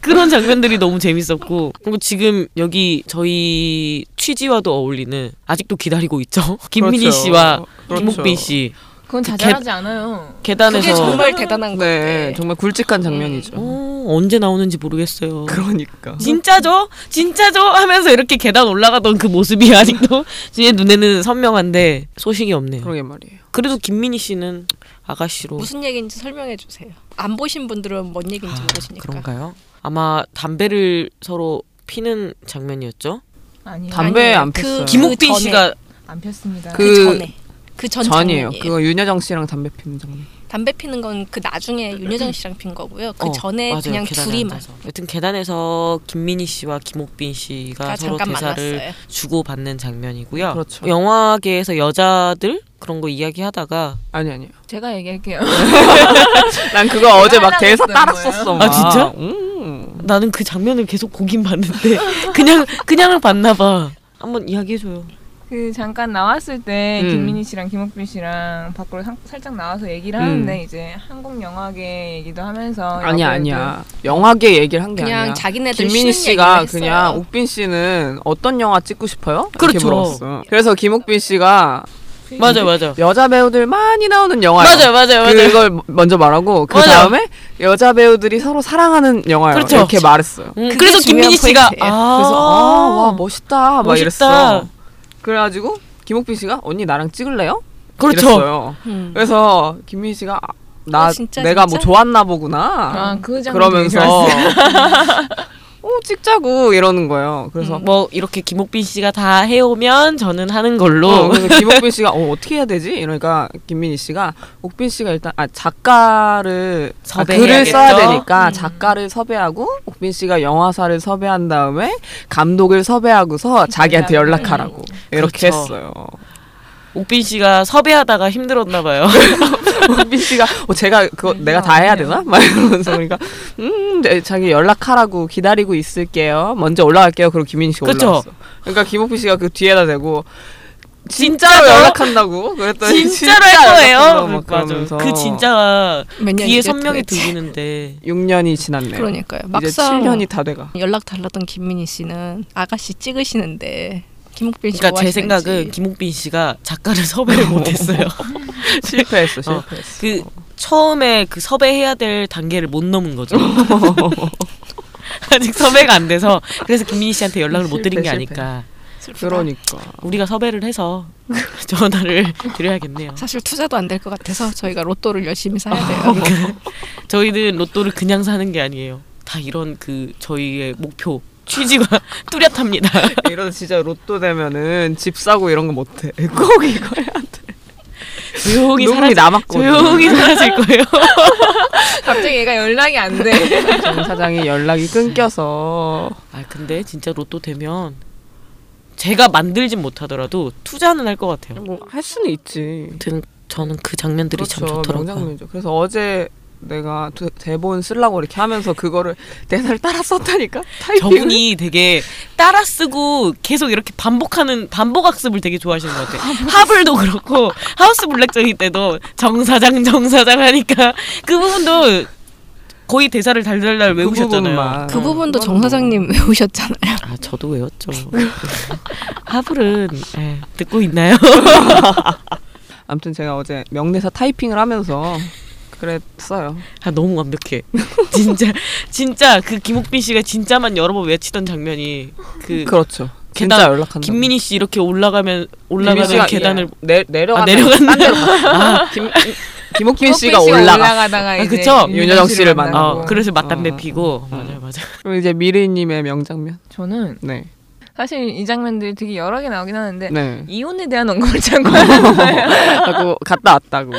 [SPEAKER 3] 그런 장면들이 너무 재밌었고 그리고 지금 여기 저희 취지와도 어울리는 아직도 기다리고 있죠 (laughs) 김민희
[SPEAKER 1] 그렇죠.
[SPEAKER 3] 씨와
[SPEAKER 1] 그렇죠.
[SPEAKER 3] 김옥빈 씨
[SPEAKER 4] 그건 자잘하지 않아요.
[SPEAKER 3] 계단에서
[SPEAKER 2] 그게 정말 대단한 거
[SPEAKER 1] 네, 정말 굵직한 장면이죠.
[SPEAKER 3] 어, 언제 나오는지 모르겠어요.
[SPEAKER 1] 그러니까.
[SPEAKER 3] 진짜죠? 진짜죠? 하면서 이렇게 계단 올라가던 그 모습이 아직도 (laughs) 제 눈에는 선명한데 소식이 없네요.
[SPEAKER 1] 그러게 말이에요.
[SPEAKER 3] 그래도 김민희 씨는 아가씨로
[SPEAKER 2] 무슨 얘기인지 설명해 주세요. 안 보신 분들은 뭔 얘기인지
[SPEAKER 3] 아,
[SPEAKER 2] 모르시니까.
[SPEAKER 3] 그런가요? 아마 담배를 서로 피는 장면이었죠.
[SPEAKER 4] 아니요.
[SPEAKER 1] 담배
[SPEAKER 2] 아니에요.
[SPEAKER 1] 안
[SPEAKER 2] 그
[SPEAKER 1] 폈어요.
[SPEAKER 2] 김-
[SPEAKER 3] 김옥빈
[SPEAKER 2] 전에.
[SPEAKER 3] 씨가
[SPEAKER 4] 안 폈습니다.
[SPEAKER 1] 그-
[SPEAKER 2] 그 전에 그전
[SPEAKER 1] 전이에요.
[SPEAKER 2] 장면이에요.
[SPEAKER 3] 그
[SPEAKER 1] 그거 윤여정 씨랑 담배 피는 장면.
[SPEAKER 2] 담배 피는 건 그 나중에 윤여정 씨랑 핀 거고요. 그
[SPEAKER 3] 어,
[SPEAKER 2] 전에
[SPEAKER 3] 맞아요.
[SPEAKER 2] 그냥
[SPEAKER 3] 계단에
[SPEAKER 2] 둘이만
[SPEAKER 3] 앉아서. 여튼 계단에서 김민희 씨와 김옥빈 씨가 아, 서로
[SPEAKER 2] 아, 잠깐
[SPEAKER 3] 대사를
[SPEAKER 2] 만났어요.
[SPEAKER 3] 주고받는 장면이고요.
[SPEAKER 1] 그렇죠.
[SPEAKER 3] 영화계에서 여자들 그런 거 이야기하다가
[SPEAKER 1] 아니 아니요.
[SPEAKER 4] 제가 얘기할게요. (laughs)
[SPEAKER 1] 난 그거 어제 막
[SPEAKER 4] 하려고
[SPEAKER 1] 대사
[SPEAKER 4] 했던
[SPEAKER 1] 따라
[SPEAKER 4] 거예요.
[SPEAKER 1] 썼어.
[SPEAKER 3] 아, 진짜?
[SPEAKER 1] 음.
[SPEAKER 3] 나는 그 장면을 계속 보긴 봤는데 (laughs) 그냥 그냥 봤나 봐. 한번 이야기해줘요.
[SPEAKER 4] 그 잠깐 나왔을 때
[SPEAKER 1] 음.
[SPEAKER 4] 김민희 씨랑 김옥빈 씨랑 밖으로 상- 살짝 나와서 얘기를 하는데 이제 한국 영화계 얘기도 하면서
[SPEAKER 1] 음. 아니야
[SPEAKER 4] 어, 여배우들
[SPEAKER 1] 아니야. 영화계 얘기를 한 게 아니야.
[SPEAKER 2] 그냥 자기네들
[SPEAKER 1] 김민희
[SPEAKER 2] 쉬는
[SPEAKER 1] 씨가
[SPEAKER 2] 얘기를
[SPEAKER 1] 그냥
[SPEAKER 2] 했어요.
[SPEAKER 1] 옥빈 씨는 어떤 영화 찍고 싶어요? 이렇게
[SPEAKER 3] 그렇죠.
[SPEAKER 1] 물어봤어. 그래서 김옥빈 씨가
[SPEAKER 3] 맞아 맞아.
[SPEAKER 1] 여자 배우들 많이 나오는 영화예요.
[SPEAKER 3] 맞아 맞아 맞아.
[SPEAKER 1] 그걸 뭐, 먼저 말하고 그
[SPEAKER 3] 맞아요.
[SPEAKER 1] 다음에 여자 배우들이 서로 사랑하는 영화예요.
[SPEAKER 3] 그렇죠.
[SPEAKER 1] 이렇게 말했어요.
[SPEAKER 3] 음,
[SPEAKER 2] 그게
[SPEAKER 3] 그래서 김민희 씨가
[SPEAKER 2] 중요한 포인트예요.
[SPEAKER 3] 아,
[SPEAKER 1] 그래서 아와 멋있다 막
[SPEAKER 3] 멋있다.
[SPEAKER 1] 이랬어. 그래가지고 김옥빈 씨가 언니 나랑 찍을래요?
[SPEAKER 3] 그렇죠.
[SPEAKER 1] 이랬어요.
[SPEAKER 2] 음.
[SPEAKER 1] 그래서 김민희 씨가 아, 나
[SPEAKER 2] 어, 진짜,
[SPEAKER 1] 내가 뭐
[SPEAKER 2] 진짜?
[SPEAKER 1] 좋았나 보구나.
[SPEAKER 4] 아, 그 장면
[SPEAKER 1] 음. 그러면서 (laughs) 오 찍자고 이러는 거예요. 그래서
[SPEAKER 2] 음.
[SPEAKER 3] 뭐 이렇게 김옥빈 씨가 다 해오면 저는 하는 걸로.
[SPEAKER 1] 어, 그래서 (laughs) 김옥빈 씨가 어, 어떻게 해야 되지? 이러니까 김민희 씨가 옥빈 씨가 일단 아 작가를 아, 글을
[SPEAKER 3] 섭외해야겠죠?
[SPEAKER 1] 써야 되니까
[SPEAKER 4] 음.
[SPEAKER 1] 작가를 섭외하고 옥빈 씨가 영화사를 섭외한 다음에 감독을 섭외하고서 자기한테 음. 연락하라고 이렇게
[SPEAKER 3] 그렇죠.
[SPEAKER 1] 했어요.
[SPEAKER 3] 옥빈 씨가 섭외하다가 힘들었나 봐요.
[SPEAKER 1] 옥빈 씨가 어, 제가 그거 내가 다 해야 되나? 막 이러면서 그러니까 음 네, 자기 연락하라고 기다리고 있을게요. 먼저 올라갈게요. 그리고 김민희 씨가
[SPEAKER 3] 그쵸?
[SPEAKER 1] 올라왔어. 그러니까 김옥빈 씨가 그 뒤에다 대고
[SPEAKER 3] 진짜로?
[SPEAKER 1] 진짜로 연락한다고 그랬더니
[SPEAKER 3] (laughs) 진짜로
[SPEAKER 1] 진짜
[SPEAKER 3] 할
[SPEAKER 1] 연락한다고 막
[SPEAKER 3] 거예요. 맞아.
[SPEAKER 1] 그러면서
[SPEAKER 3] 그 진짜가
[SPEAKER 2] 몇 년이
[SPEAKER 3] 뒤에
[SPEAKER 2] 됐-
[SPEAKER 3] 선명히
[SPEAKER 2] 됐지.
[SPEAKER 3] 들리는데
[SPEAKER 1] 6년이 지났네요.
[SPEAKER 2] 그러니까요.
[SPEAKER 1] 이제
[SPEAKER 2] 막상
[SPEAKER 1] 7년이 다 돼가.
[SPEAKER 2] (laughs) 연락 달랐던 김민희 씨는 아가씨 찍으시는데 김옥빈 씨가
[SPEAKER 3] 그러니까 제 생각은 김옥빈 씨가 작가를 (laughs) 섭외를
[SPEAKER 1] (laughs)
[SPEAKER 3] 못했어요.
[SPEAKER 1] 실패했어, 실패했어.
[SPEAKER 3] 그 처음에 그 섭외해야 될 단계를 못 넘은 거죠. (laughs) 아직 섭외가 안 돼서 그래서 김민희 씨한테 연락을 못 드린
[SPEAKER 1] 실패,
[SPEAKER 3] 게 아닐까.
[SPEAKER 1] 그러니까.
[SPEAKER 3] (laughs) 우리가 섭외를 (laughs) 해서 전화를 드려야겠네요.
[SPEAKER 2] 사실 투자도 안 될 것 같아서 저희가 로또를 열심히 사야
[SPEAKER 3] 아,
[SPEAKER 2] 돼요.
[SPEAKER 3] 저희는 로또를 그냥 사는 게 아니에요. 다 이런 그 저희의 목표 취지가 (laughs) 뚜렷합니다.
[SPEAKER 1] 이러다 진짜 로또 되면은 집 사고 이런 거 못해. (laughs) 꼭 이거 해야 돼.
[SPEAKER 3] 조용히
[SPEAKER 1] 녹음이
[SPEAKER 3] 사라질
[SPEAKER 1] 남았거든.
[SPEAKER 3] 조용히 사라질 거예요.
[SPEAKER 4] 갑자기 얘가 연락이 안 돼.
[SPEAKER 1] 정 사장이 연락이 끊겨서
[SPEAKER 3] 아 근데 진짜 로또 되면 제가 만들진 못하더라도 투자는 할 것 같아요.
[SPEAKER 1] 뭐 할 수는 있지.
[SPEAKER 3] 아무튼 저는 그 장면들이 참 좋더라고요.
[SPEAKER 1] 그렇죠. 명장면이죠. 그래서 어제 내가 두- 대본 쓰려고 이렇게 하면서 그거를 (laughs) 대사를 따라 썼다니까. 타이핑을.
[SPEAKER 3] (laughs) 저분이 되게 따라 쓰고 계속 이렇게 반복하는 반복 학습을 되게 좋아하시는 것 같아요. 하블도 그렇고 하우스 블랙저기 때도 정 사장 정 사장 하니까 그 부분도 거의 대사를 달달달
[SPEAKER 1] 그
[SPEAKER 3] 외우셨잖아요.
[SPEAKER 1] 부분만.
[SPEAKER 2] 그 부분도
[SPEAKER 1] 그건
[SPEAKER 2] 정
[SPEAKER 1] 뭐.
[SPEAKER 2] 사장님 외우셨잖아요.
[SPEAKER 3] 아 저도 외웠죠. (laughs) 하블은 예, 듣고 있나요?
[SPEAKER 1] 아무튼 제가 어제 명대사 타이핑을 하면서 그랬어요.
[SPEAKER 3] 아 너무 완벽해. 진짜 진짜 그 김옥빈 씨가 진짜만 여러 번 외치던 장면이 그
[SPEAKER 1] 그렇죠.
[SPEAKER 3] 계단-
[SPEAKER 1] 진짜 연락한다.
[SPEAKER 3] 김민희 씨 이렇게 올라가면
[SPEAKER 1] 김민희 씨가 예,
[SPEAKER 3] 올라가는 계단을
[SPEAKER 1] 내 내려가
[SPEAKER 3] 아, 내려간다. (laughs)
[SPEAKER 1] 김 (laughs) 김옥빈 씨가 올라가.
[SPEAKER 4] 올라가다가 이제
[SPEAKER 3] 그쵸?
[SPEAKER 1] 윤여정 씨를 만나고.
[SPEAKER 3] 어, 그래서 맞담배
[SPEAKER 1] 어,
[SPEAKER 3] 피고
[SPEAKER 1] 음.
[SPEAKER 3] 맞아요 맞아요.
[SPEAKER 1] 그리고 이제 미리님의 명장면.
[SPEAKER 4] 저는
[SPEAKER 1] 네.
[SPEAKER 4] 사실 이 장면들이 되게 여러 개 나오긴 하는데
[SPEAKER 1] 네.
[SPEAKER 4] 이혼에 대한 언급을 자꾸 하는 거예요. (laughs)
[SPEAKER 1] 하고 갔다 왔다고.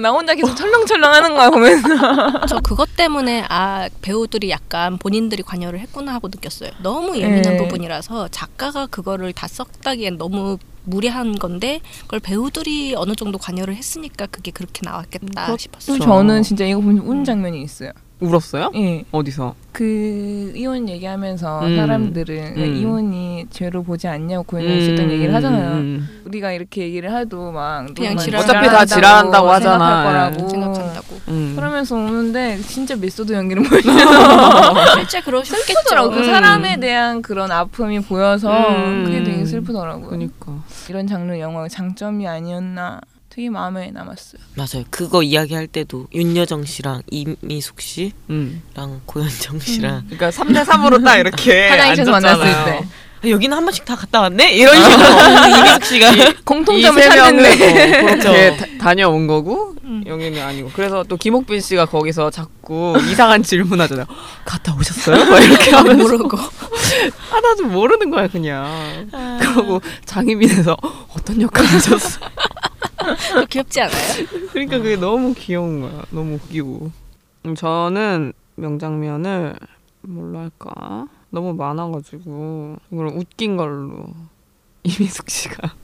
[SPEAKER 4] 나 혼자 계속 철렁철렁 하는 거야 보면서.
[SPEAKER 2] (laughs) 저 그것 때문에 아 배우들이 약간 본인들이 관여를 했구나 하고 느꼈어요. 너무
[SPEAKER 4] 네.
[SPEAKER 2] 예민한 부분이라서 작가가 그거를 다 썼다기엔 너무 무리한 건데 그걸 배우들이 어느 정도 관여를 했으니까 그게 그렇게 나왔겠다
[SPEAKER 1] 그렇-
[SPEAKER 2] 싶었어요.
[SPEAKER 4] 또 저는 진짜 이거 보면 운 장면이 있어요.
[SPEAKER 1] 울었어요?
[SPEAKER 4] 예.
[SPEAKER 1] 어디서?
[SPEAKER 4] 그 이혼 얘기하면서
[SPEAKER 1] 음.
[SPEAKER 4] 사람들은
[SPEAKER 1] 음.
[SPEAKER 4] 이혼이 죄로 보지 않냐고
[SPEAKER 3] 음,
[SPEAKER 4] 고인할 수 있던 얘기를 하잖아요.
[SPEAKER 1] 음.
[SPEAKER 4] 우리가 이렇게 얘기를 해도 막
[SPEAKER 2] 그냥
[SPEAKER 4] 너무
[SPEAKER 2] 지랄-
[SPEAKER 1] 어차피 다 지랄한다고 하잖아.
[SPEAKER 4] 생각할 거라고
[SPEAKER 2] 생각한다고.
[SPEAKER 1] 음.
[SPEAKER 4] 그러면서 오는데 진짜 메소드 연기를 보여서
[SPEAKER 2] 아, 실제 그러셨겠죠.
[SPEAKER 4] 슬프더라고. 그
[SPEAKER 1] 음.
[SPEAKER 4] 사람에 대한 그런 아픔이 보여서
[SPEAKER 1] 음.
[SPEAKER 4] 그게 되게 슬프더라고요.
[SPEAKER 1] 그러니까.
[SPEAKER 4] 이런 장르 영화의 장점이 아니었나 되게 마음에 남았어요.
[SPEAKER 3] 맞아요. 그거 이야기할 때도 윤여정 씨랑 이미숙 씨랑
[SPEAKER 1] 음.
[SPEAKER 3] 고현정 씨랑
[SPEAKER 1] 그러니까 3대 3으로 딱 이렇게
[SPEAKER 4] (laughs) 화장실에서
[SPEAKER 1] 앉았잖아요.
[SPEAKER 4] 만났을 때
[SPEAKER 3] 아, 여기는 한 번씩 다 갔다 왔네 네. 이런 식으로 (laughs) 이미숙 씨가
[SPEAKER 4] 공통점을
[SPEAKER 1] 이 세명은
[SPEAKER 4] 찾는데 (laughs)
[SPEAKER 1] 어, 그렇게
[SPEAKER 3] 그렇죠.
[SPEAKER 1] 다, 다녀온 거고
[SPEAKER 2] 음.
[SPEAKER 1] 여기는 아니고 그래서 또 김옥빈 씨가 거기서 자꾸 이상한 질문하잖아요. 갔다 오셨어요? 막 이렇게 하면서 아,
[SPEAKER 2] 모르고 (laughs)
[SPEAKER 1] 하나도
[SPEAKER 4] 아.
[SPEAKER 1] 모르는 거야 그냥. 그러고 장희빈에서 어떤 역할 하셨어?
[SPEAKER 2] 또 귀엽지 않아요?
[SPEAKER 1] 그러니까 그게 너무 귀여운 거야. 너무 웃기고. 음, 저는 명장면을 뭘로 할까? 너무 많아가지고 그럼 웃긴 걸로 이미숙 씨가 (laughs)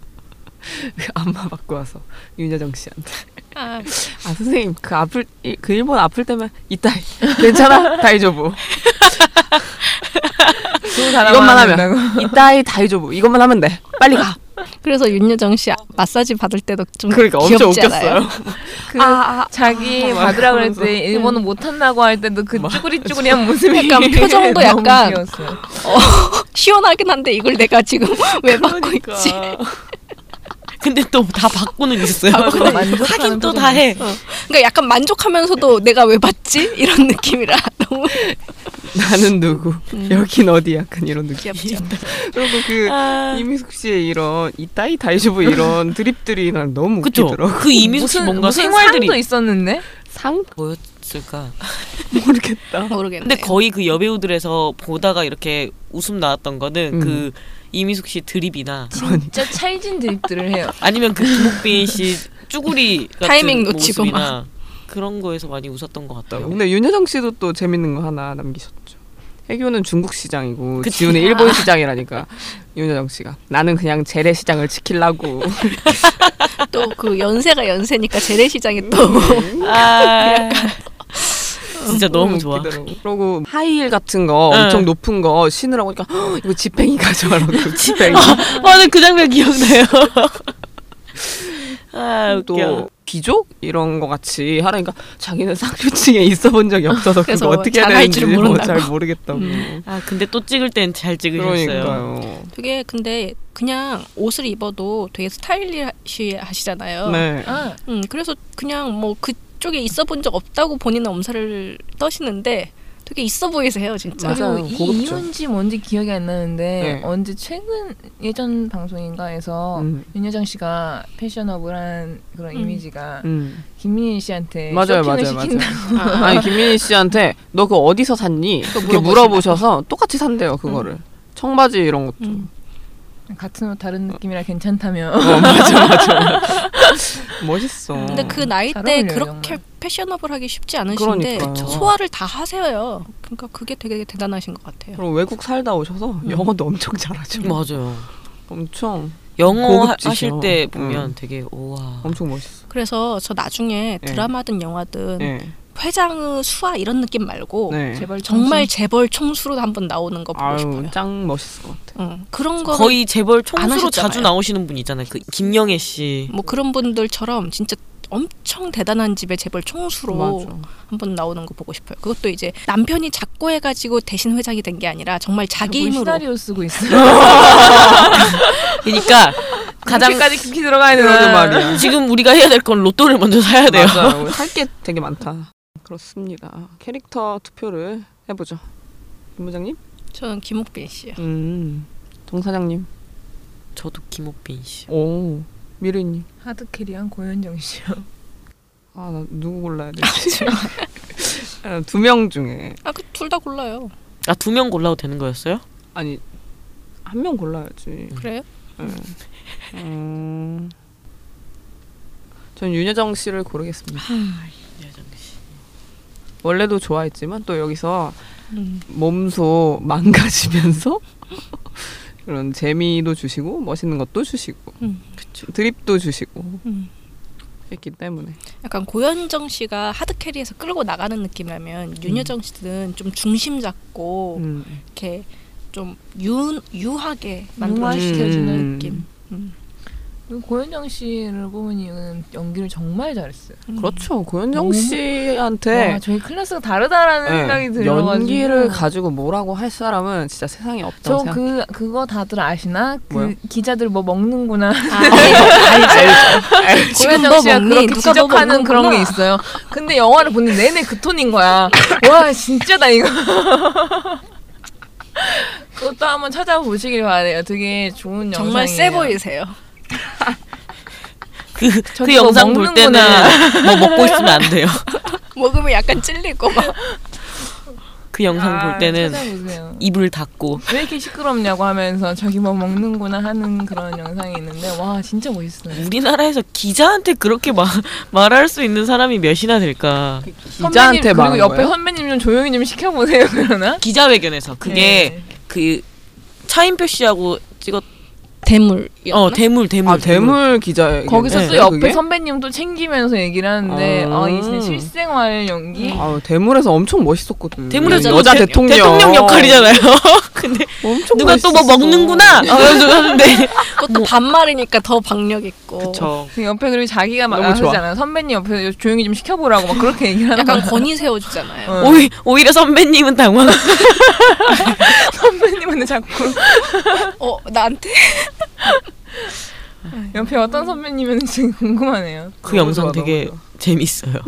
[SPEAKER 1] 그 안마 받고 와서 윤여정 씨한테
[SPEAKER 2] 아,
[SPEAKER 1] 아 선생님 그 아플 이- 그 일본 아플 때면 이따 (laughs) 괜찮아 다이조부 이것만 하면 (laughs) 이따이 다이조부 이것만 하면 돼 빨리 가
[SPEAKER 2] 그래서 윤여정 씨 마사지 받을 때도 좀
[SPEAKER 1] 그러니까 엄청
[SPEAKER 2] 귀엽지
[SPEAKER 1] 웃겼어요 (laughs)
[SPEAKER 2] 않아요?
[SPEAKER 4] 그 자기 받으라
[SPEAKER 1] 그러면서.
[SPEAKER 4] 그랬더니 일본은 못한다고 할 때도
[SPEAKER 1] 뭐.
[SPEAKER 4] 그 쭈구리쭈구리한 모습이 (laughs)
[SPEAKER 2] 약간 표정도
[SPEAKER 4] 너무
[SPEAKER 2] 약간
[SPEAKER 4] 귀여웠어요.
[SPEAKER 2] (laughs) 시원하긴 한데 이걸 내가 지금 (laughs) 왜 받고 있지?
[SPEAKER 1] 그러니까.
[SPEAKER 3] 근데 또 다 바꾸는 있어요.
[SPEAKER 4] 바꾸는 만족하는
[SPEAKER 3] 하긴 또
[SPEAKER 4] 표정이
[SPEAKER 3] 다 해.
[SPEAKER 2] 그러니까 약간 만족하면서도 내가 왜 받지? 이런 느낌이라 (laughs) 너무
[SPEAKER 1] 나는 누구 여긴 어디 약간 이런 느낌
[SPEAKER 2] 귀엽죠.
[SPEAKER 1] 그리고 그
[SPEAKER 3] 아,
[SPEAKER 1] 이미숙 씨의 이런 이따이 다이쇼브 이런 드립들이 난 너무
[SPEAKER 3] 그쵸. (laughs)
[SPEAKER 1] 웃기더라고.
[SPEAKER 3] 그 이미숙 씨
[SPEAKER 4] 무슨-
[SPEAKER 3] 뭔가
[SPEAKER 4] 무슨
[SPEAKER 3] 생활들이
[SPEAKER 4] 상도 있었는데
[SPEAKER 1] 상
[SPEAKER 3] 뭐였을까?
[SPEAKER 1] 모르겠다.
[SPEAKER 2] 모르겠네.
[SPEAKER 3] 근데 거의 그 여배우들에서 보다가 이렇게 웃음 나왔던 거는
[SPEAKER 1] 음.
[SPEAKER 3] 그 이미숙 씨 드립이나
[SPEAKER 4] 진짜 찰진 드립들을 해요.
[SPEAKER 3] 아니면 그 김옥빈 씨 쭈구리 같은
[SPEAKER 2] (laughs) 타이밍 놓치고
[SPEAKER 3] 모습이나 그런 거에서 많이 웃었던 것 같아요.
[SPEAKER 1] 근데 윤여정 씨도 또 재밌는 거 하나 남기셨죠. 해교는 중국 시장이고
[SPEAKER 3] 그치.
[SPEAKER 1] 지우는 일본 시장이라니까 윤여정 씨가 나는 그냥 재래 시장을 지키려고
[SPEAKER 2] 또 그 연세가 연세니까 재래시장에 또
[SPEAKER 3] 아, 진짜 (laughs) 너무 좋아.
[SPEAKER 1] 음, 웃기더라고. 그리고 하이힐 같은 거
[SPEAKER 3] 응.
[SPEAKER 1] 엄청 높은 거 신으라고 하니까 "헉, 이거 지팽이 가져와라고 지팽이
[SPEAKER 3] (laughs) 맞아 그 장면 기억나요. (laughs) 아 웃겨.
[SPEAKER 1] 또 귀족 이런 거 같이 하라니까 자기는 상류층에 (laughs) 있어본 적이 없어서
[SPEAKER 2] 그래서
[SPEAKER 1] 그거 어떻게 해야
[SPEAKER 2] 잘할 줄
[SPEAKER 1] 되는지 뭐
[SPEAKER 2] 모른다고.
[SPEAKER 1] 잘 모르겠다고
[SPEAKER 3] 아 근데 또 찍을 땐 잘 찍으셨어요.
[SPEAKER 1] 그러니까요.
[SPEAKER 2] 되게 근데 그냥 옷을 입어도 되게 스타일리시하시잖아요.
[SPEAKER 1] 네.
[SPEAKER 4] 아,
[SPEAKER 2] 음, 그래서 그냥 뭐 그쪽에 있어 본 적 없다고 본인은 엄살을 떠시는데 되게 있어 보이세요, 진짜.
[SPEAKER 1] 맞아. 맞아요.
[SPEAKER 4] 그리고 뭐 이
[SPEAKER 1] 고급죠.
[SPEAKER 4] 이유인지 뭔지 기억이 안 나는데
[SPEAKER 1] 네.
[SPEAKER 4] 언제 최근 예전 방송인가에서
[SPEAKER 1] 음.
[SPEAKER 4] 윤여정 씨가 패셔너블한 그런
[SPEAKER 2] 음.
[SPEAKER 4] 이미지가
[SPEAKER 1] 음.
[SPEAKER 4] 김민희 씨한테
[SPEAKER 1] 맞아요,
[SPEAKER 4] 쇼핑을
[SPEAKER 1] 맞아요,
[SPEAKER 4] 시킨다.
[SPEAKER 2] 아,
[SPEAKER 1] 아니 김민희 씨한테 너 그거 음. 어디서 샀니? 이렇게 물어보셔서 똑같이 산대요 그거를. 청바지 이런 것도. (laughs)
[SPEAKER 2] 음.
[SPEAKER 4] 같은 옷 다른 느낌이라 괜찮다며.
[SPEAKER 1] 멋있어.
[SPEAKER 2] 근데 그 나이
[SPEAKER 4] 잘
[SPEAKER 2] 때
[SPEAKER 4] 어울려요,
[SPEAKER 2] 그렇게
[SPEAKER 4] 정말.
[SPEAKER 2] 패셔너블하기 쉽지 않으신데
[SPEAKER 1] 그러니까요. 그쵸.
[SPEAKER 2] 소화를 다 하세요. 그러니까 그게 되게 대단하신 것 같아요.
[SPEAKER 1] 그럼 외국 살다 오셔서 영어도 엄청 잘하죠.
[SPEAKER 3] 맞아요.
[SPEAKER 1] 엄청
[SPEAKER 3] 영어 하,
[SPEAKER 1] 고급지죠.
[SPEAKER 3] 하실 때 보면
[SPEAKER 1] 음.
[SPEAKER 3] 되게 우와.
[SPEAKER 1] 엄청 멋있어.
[SPEAKER 2] 그래서 저 나중에
[SPEAKER 1] 네.
[SPEAKER 2] 드라마든 영화든
[SPEAKER 1] 네.
[SPEAKER 2] 회장의 수화 이런 느낌 말고
[SPEAKER 1] 네.
[SPEAKER 4] 제발
[SPEAKER 2] 정말 재벌 총수로 한번 나오는 거 보고
[SPEAKER 1] 아유
[SPEAKER 2] 싶어요.
[SPEAKER 1] 짱 멋있을 것 같아.
[SPEAKER 2] 응. 그런 거 거의
[SPEAKER 3] 거의 재벌
[SPEAKER 2] 안
[SPEAKER 3] 총수로
[SPEAKER 2] 하셨잖아요.
[SPEAKER 3] 자주 나오시는 분 있잖아요. 그 김영애 씨.
[SPEAKER 2] 뭐 그런 분들처럼 진짜 엄청 대단한 집의 재벌 총수로
[SPEAKER 1] 맞아.
[SPEAKER 2] 한번 나오는 거 보고 싶어요. 그것도 이제 남편이 작고 해가지고 대신 회장이 된 게 아니라
[SPEAKER 1] 뭐
[SPEAKER 2] 정말 자기
[SPEAKER 4] 뭘
[SPEAKER 2] 힘으로
[SPEAKER 4] 시나리오 쓰고 있어요.
[SPEAKER 2] (laughs)
[SPEAKER 3] 그러니까 가장
[SPEAKER 4] 까지 깊이 들어가야
[SPEAKER 1] 그러게 말이야.
[SPEAKER 3] 지금 우리가 해야 될 건 로또를 먼저 사야 돼요.
[SPEAKER 1] (laughs) 맞아요. 할게 되게 많다. 그렇습니다. 캐릭터 투표를 해보죠. 김 부장님?
[SPEAKER 2] 저는 김옥빈 씨요.
[SPEAKER 1] 음. 정 사장님.
[SPEAKER 3] 저도 김옥빈 씨.
[SPEAKER 1] 오. 미르님.
[SPEAKER 4] 하드 캐리한 고현정 (laughs) 씨요.
[SPEAKER 1] 아, 나 누구 골라야
[SPEAKER 4] (laughs)
[SPEAKER 1] 되지? 두 명 중에
[SPEAKER 2] 아 그 둘 다 골라요.
[SPEAKER 3] 아 두 명 골라도 되는 거였어요?
[SPEAKER 1] 아니 한 명 골라야지.
[SPEAKER 2] 그래요?
[SPEAKER 1] 음. 전 윤여정 씨를 고르겠습니다. 원래도 좋아했지만 또 여기서
[SPEAKER 2] 음.
[SPEAKER 1] 몸소 망가지면서 (laughs) 그런 재미도 주시고 멋있는 것도 주시고
[SPEAKER 2] 음,
[SPEAKER 1] 드립도 주시고
[SPEAKER 2] 음.
[SPEAKER 1] 했기 때문에
[SPEAKER 2] 약간 고현정 씨가 하드 캐리에서 끌고 나가는 느낌이라면 윤여정 씨는 좀 중심
[SPEAKER 4] 어.
[SPEAKER 2] 잡고
[SPEAKER 1] 음.
[SPEAKER 2] 이렇게 좀 유, 유하게 만들어
[SPEAKER 4] 융화시켜주는
[SPEAKER 1] 음.
[SPEAKER 2] 느낌. 음.
[SPEAKER 4] 그리고 고현정 씨를 뽑은 이유는 연기를 정말 잘했어요.
[SPEAKER 1] 그렇죠
[SPEAKER 4] 음.
[SPEAKER 1] 고현정
[SPEAKER 4] 와
[SPEAKER 1] 씨한테
[SPEAKER 4] 저희 클래스가 다르다라는
[SPEAKER 1] 네,
[SPEAKER 4] 생각이 네. 들어가지고
[SPEAKER 1] 연기를 가지고 뭐라고 할 사람은 진짜 세상에 없다고
[SPEAKER 4] 저
[SPEAKER 1] 생각.
[SPEAKER 4] 그 그거 다들 아시나? 그
[SPEAKER 1] 뭐요?
[SPEAKER 4] 기자들 뭐 먹는구나.
[SPEAKER 2] 아, 네. (laughs) 지금
[SPEAKER 4] 고현정
[SPEAKER 2] 뭐
[SPEAKER 4] 씨가 그렇게
[SPEAKER 2] 먹니? 누가 뭐
[SPEAKER 4] 지적하는 그런 게
[SPEAKER 2] 먹는구나.
[SPEAKER 4] 있어요. 근데 영화를 보는 내내 그 톤인
[SPEAKER 2] (laughs)
[SPEAKER 4] 거야. 와 진짜다 이거. (laughs) 그것도 한번 찾아보시길 바래요. 되게 좋은 영상이에요.
[SPEAKER 2] 정말 세 보이세요.
[SPEAKER 3] 그,
[SPEAKER 4] 저도
[SPEAKER 3] 그
[SPEAKER 4] 뭐
[SPEAKER 3] 영상 볼
[SPEAKER 4] 먹는
[SPEAKER 3] 때는 (laughs) 뭐 먹고 있으면 안 돼요. (laughs)
[SPEAKER 2] 먹으면 약간 찔리고 막.
[SPEAKER 3] 그 영상 볼 때는
[SPEAKER 4] 아, 찾아보세요.
[SPEAKER 3] 입을 닫고
[SPEAKER 4] 왜 이렇게 시끄럽냐고 하면서 저기 뭐 먹는구나 하는 그런 영상이 있는데 와 진짜 멋있어요.
[SPEAKER 3] 우리나라에서 기자한테 그렇게 마, (laughs) 말할 수 있는 사람이 몇이나 될까?
[SPEAKER 4] 선배님,
[SPEAKER 1] 기자한테
[SPEAKER 4] 그리고
[SPEAKER 1] 말한
[SPEAKER 4] 옆에
[SPEAKER 1] 거예요?
[SPEAKER 4] 선배님 좀 조용히 좀 시켜보세요 (laughs) 그러나?
[SPEAKER 3] 기자회견에서 그게
[SPEAKER 4] 네.
[SPEAKER 3] 그 차인표 씨하고 찍었
[SPEAKER 2] 대물이었나?
[SPEAKER 3] 어 대물 대물
[SPEAKER 1] 아 대물 기자
[SPEAKER 4] 거기서
[SPEAKER 3] 네.
[SPEAKER 4] 또 옆에 선배님 또 챙기면서 얘기를 하는데
[SPEAKER 1] 아.
[SPEAKER 4] 아이 제 실생활 연기
[SPEAKER 1] 아 대물에서 엄청 멋있었거든.
[SPEAKER 3] 대물에서
[SPEAKER 1] 네, 여자
[SPEAKER 3] 대-
[SPEAKER 1] 대통령
[SPEAKER 3] 대통령 역할이잖아요. (laughs) 근데
[SPEAKER 1] 엄청
[SPEAKER 3] 누가 또 뭐
[SPEAKER 1] 어, 멋있었어.
[SPEAKER 3] 먹는구나. 이러면서 하는데
[SPEAKER 2] 그것도 반말이니까 더 박력 있고
[SPEAKER 3] (laughs) 저
[SPEAKER 4] 그 옆에 그리고 자기가 막
[SPEAKER 1] 너무 좋아.
[SPEAKER 4] 하잖아요. 선배님 옆에 조용히 좀 시켜보라고 막 그렇게 얘기를 하는
[SPEAKER 2] 약간
[SPEAKER 4] 거야.
[SPEAKER 2] 권위 세워주잖아요.
[SPEAKER 4] 어.
[SPEAKER 3] 오히, 오히려 선배님은 당황.
[SPEAKER 4] 선배님한테 자꾸
[SPEAKER 2] 어 나한테
[SPEAKER 4] 옆에 어떤 (laughs) 선배님인지 지금 궁금하네요.
[SPEAKER 3] 그 영상 되게 재밌어요. (laughs)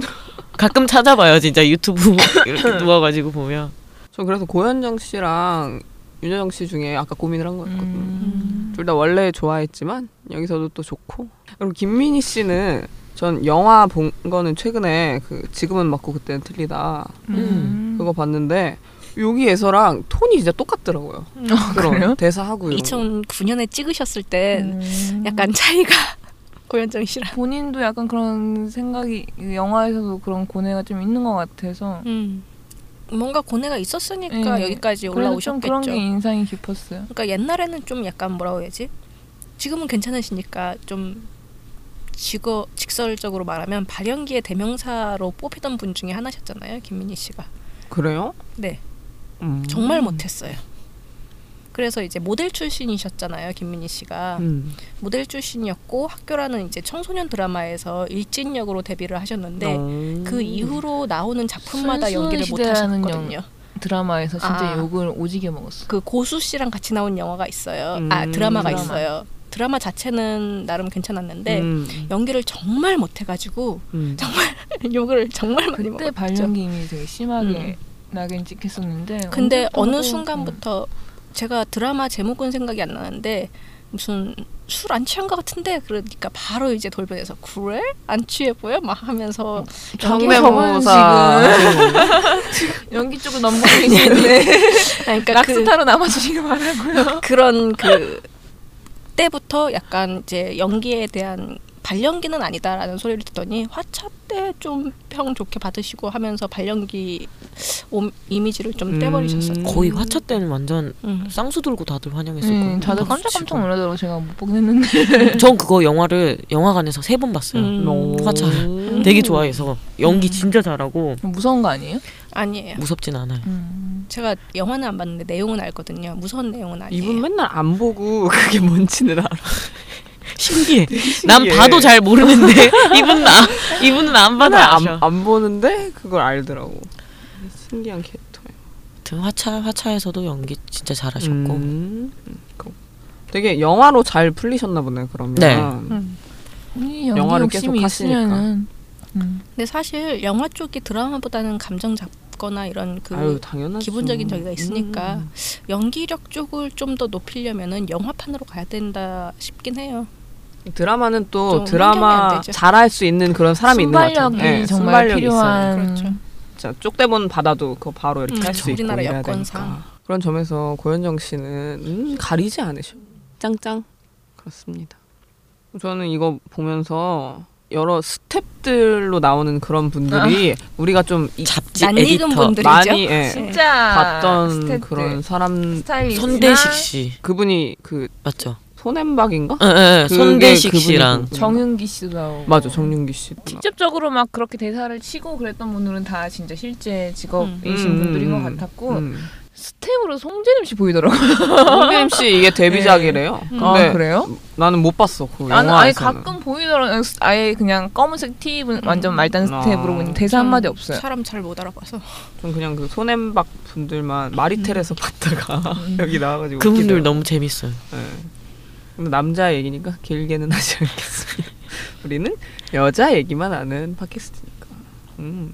[SPEAKER 3] 가끔 찾아봐요 진짜 유튜브 뭐 이렇게 누워가지고 보면.
[SPEAKER 1] 저 그래서 고현정 씨랑 윤여정 씨 중에 아까 고민을 한 거였거든요.
[SPEAKER 4] 음.
[SPEAKER 1] 둘 다 원래 좋아했지만 여기서도 또 좋고 그리고 김민희 씨는 전 영화 본 거는 최근에 그 지금은 맞고 그때는 틀리다
[SPEAKER 4] 음.
[SPEAKER 1] 그거 봤는데 여기에서랑 톤이 진짜 똑같더라고요.
[SPEAKER 3] 아,
[SPEAKER 1] 그런
[SPEAKER 4] 그래요?
[SPEAKER 2] 어.
[SPEAKER 1] 대사하고 이런 거.
[SPEAKER 2] 2009년에 찍으셨을 때
[SPEAKER 4] 음.
[SPEAKER 2] 네. 약간 차이가 (laughs) 고현정 씨랑.
[SPEAKER 4] 본인도 약간 그런 생각이 영화에서도 그런 고뇌가 좀 있는 것 같아서
[SPEAKER 2] 음. 뭔가 고뇌가 있었으니까
[SPEAKER 4] 예.
[SPEAKER 2] 여기까지
[SPEAKER 4] 그래서 좀
[SPEAKER 2] 올라오셨겠죠.
[SPEAKER 4] 그런 게 인상이 깊었어요.
[SPEAKER 2] 그러니까 옛날에는 좀 약간 뭐라고 해야지 지금은 괜찮으시니까 좀 직어 직설적으로 말하면 발연기의 대명사로 뽑히던 분 중에 하나셨잖아요 김민희 씨가
[SPEAKER 1] 그래요?
[SPEAKER 2] 네
[SPEAKER 1] 음.
[SPEAKER 2] 정말 못했어요 그래서 이제 모델 출신이셨잖아요 김민희 씨가
[SPEAKER 1] 음.
[SPEAKER 2] 모델 출신이었고 학교라는 이제 청소년 드라마에서 일진 역으로 데뷔를 하셨는데
[SPEAKER 1] 어.
[SPEAKER 2] 그 이후로 나오는 작품마다
[SPEAKER 4] 순수의
[SPEAKER 2] 연기를 못
[SPEAKER 4] 시대라는
[SPEAKER 2] 하셨거든요
[SPEAKER 4] 드라마에서 진짜
[SPEAKER 2] 아.
[SPEAKER 4] 욕을 오지게 먹었어.
[SPEAKER 2] 그 고수 씨랑 같이 나온 영화가 있어요
[SPEAKER 1] 음,
[SPEAKER 2] 아 드라마가
[SPEAKER 4] 드라마.
[SPEAKER 2] 있어요 드라마 자체는 나름 괜찮았는데
[SPEAKER 1] 음.
[SPEAKER 2] 연기를 정말 못해가지고 (laughs)
[SPEAKER 1] 음.
[SPEAKER 2] 욕을 정말 많이
[SPEAKER 4] 그때
[SPEAKER 2] 먹었죠. 음.
[SPEAKER 4] 발령기 이미 되게 심하게 나긴 찍혔었는데
[SPEAKER 2] 근데
[SPEAKER 4] 언제부터
[SPEAKER 2] 어느
[SPEAKER 4] 하고-
[SPEAKER 2] 순간부터 제가 드라마 제목은 생각이 안 나는데 무슨 술 안 취한 것 같은데 그러니까 바로 이제 돌변해서 그래 안 취해 보여 막 하면서
[SPEAKER 4] 음.
[SPEAKER 1] 경매모사
[SPEAKER 4] 연기 쪽으로 넘어가
[SPEAKER 2] (laughs)
[SPEAKER 4] 계시는데
[SPEAKER 2] 아니, 네, 그러니까 그,
[SPEAKER 4] 락스타로 남아주시길 바라고요.
[SPEAKER 2] 그런 그 때부터 약간 이제 연기에 대한 발연기는 아니다라는 소리를 듣더니 화차 때 좀 평 좋게 받으시고 하면서 발연기 옴- 이미지를 좀
[SPEAKER 1] 음.
[SPEAKER 2] 떼버리셨어요.
[SPEAKER 3] 거의 화차 때는 완전
[SPEAKER 2] 음.
[SPEAKER 3] 쌍수 들고 다들 환영했을 거예요.
[SPEAKER 4] 음, 다들 깜짝깜짝 놀라더라고 제가 못 보긴 했는데 (laughs)
[SPEAKER 3] 전 그거 영화를 영화관에서 세 번 봤어요.
[SPEAKER 2] 음.
[SPEAKER 3] 화차. 되게 좋아해서 연기 진짜 잘하고
[SPEAKER 4] 무서운 거 아니에요?
[SPEAKER 2] 아니에요.
[SPEAKER 3] 무섭진 않아요.
[SPEAKER 1] 음.
[SPEAKER 2] 제가 영화는 안 봤는데 내용은 알거든요. 무서운 내용은 아니에요.
[SPEAKER 1] 이분 맨날 안 보고 (laughs) 그게 뭔지는 알아.
[SPEAKER 3] 신기해. 난
[SPEAKER 1] 신기해.
[SPEAKER 3] 봐도 잘 모르는데 (laughs) 이분은 아, 이분은 안 봐도
[SPEAKER 1] 맨날
[SPEAKER 3] 아셔.
[SPEAKER 1] 네, 안, 안 보는데 그걸 알더라고. 신기한 캐릭터예요.
[SPEAKER 3] 아무튼 화차 화차에서도 연기 진짜 잘하셨고
[SPEAKER 1] 음. 그- 되게 영화로 잘 풀리셨나 보네 그러면. 음.
[SPEAKER 3] 네.
[SPEAKER 4] 이
[SPEAKER 1] 영화를
[SPEAKER 4] 영화를 음. 욕심이
[SPEAKER 1] 계속 하시니까.
[SPEAKER 4] 있으면은 음.
[SPEAKER 2] 근데 사실 영화 쪽이 드라마보다는 감정 잡거나 이런 그
[SPEAKER 1] 아유 당연하죠.
[SPEAKER 2] 기본적인 저기가 있으니까
[SPEAKER 1] 음.
[SPEAKER 2] 연기력 쪽을 좀 더 높이려면은 영화판으로 가야 된다 싶긴 해요.
[SPEAKER 1] 드라마는 또
[SPEAKER 2] 좀 환경이
[SPEAKER 1] 드라마
[SPEAKER 2] 안 되죠.
[SPEAKER 1] 잘할 수 있는 그런 사람이 있는 것 같아요.
[SPEAKER 4] 순발력이
[SPEAKER 1] 네,
[SPEAKER 4] 정말
[SPEAKER 1] 순발력이 있어요.
[SPEAKER 4] 필요한
[SPEAKER 2] 그렇죠.
[SPEAKER 1] 자, 쪽대본 받아도 그거 바로 이렇게
[SPEAKER 2] 음,
[SPEAKER 1] 할 수 있고
[SPEAKER 2] 우리나라
[SPEAKER 1] 이래야
[SPEAKER 2] 여건상.
[SPEAKER 1] 되니까. 그런 점에서 고현정 씨는 음, 가리지 않으셔. 짱짱. 그렇습니다. 저는 이거 보면서 여러 스텝들로 나오는 그런 분들이
[SPEAKER 4] 아.
[SPEAKER 1] 우리가 좀 이-
[SPEAKER 3] 잡지
[SPEAKER 2] 낯익은
[SPEAKER 3] 에디터
[SPEAKER 2] 분들이죠.
[SPEAKER 1] 많이 예,
[SPEAKER 2] 네.
[SPEAKER 4] 진짜
[SPEAKER 1] 봤던
[SPEAKER 4] 아, 스태프들.
[SPEAKER 1] 그런 사람
[SPEAKER 4] 스타일리스트나
[SPEAKER 3] 손대식 씨
[SPEAKER 1] 그분이 그
[SPEAKER 3] 맞죠?
[SPEAKER 1] 손엠박인가?
[SPEAKER 3] 응, 응,
[SPEAKER 1] 그게
[SPEAKER 3] 예, 네, 손대식
[SPEAKER 1] 그분이
[SPEAKER 3] 씨랑
[SPEAKER 1] 그분이구나.
[SPEAKER 4] 정윤기 씨도 나오고
[SPEAKER 1] 맞아 정윤기 씨.
[SPEAKER 4] 직접적으로 막 그렇게 대사를 치고 그랬던 분들은 다 진짜 실제 직업이신
[SPEAKER 1] 음,
[SPEAKER 4] 분들인
[SPEAKER 1] 음,
[SPEAKER 4] 것 같았고
[SPEAKER 1] 음.
[SPEAKER 4] 스텝으로 송재림 씨 보이더라고요.
[SPEAKER 1] 홍대임 씨 이게 데뷔작이래요. 근데
[SPEAKER 4] 아 그래요?
[SPEAKER 1] 나는 못 봤어 그
[SPEAKER 4] 나는
[SPEAKER 1] 네. 영화에서는.
[SPEAKER 4] 아예 가끔 보이더라고요. 아예 그냥 검은색 티 입은 완전 말단 스텝으로
[SPEAKER 1] 아.
[SPEAKER 4] 보니 대사 한 마디 없어요.
[SPEAKER 2] 음, 사람 잘 못 알아봐서. (laughs)
[SPEAKER 1] 전 그냥 그 손엠박 분들만 마리텔에서 봤다가 (laughs) 여기 나와가지고
[SPEAKER 3] 그분들
[SPEAKER 1] 웃기더라고요.
[SPEAKER 3] 너무 재밌어요.
[SPEAKER 1] 예. 그럼 남자 얘기니까 길게는 하지 않겠습니다. 우리는 여자 얘기만 아는 팟캐스트니까. 음.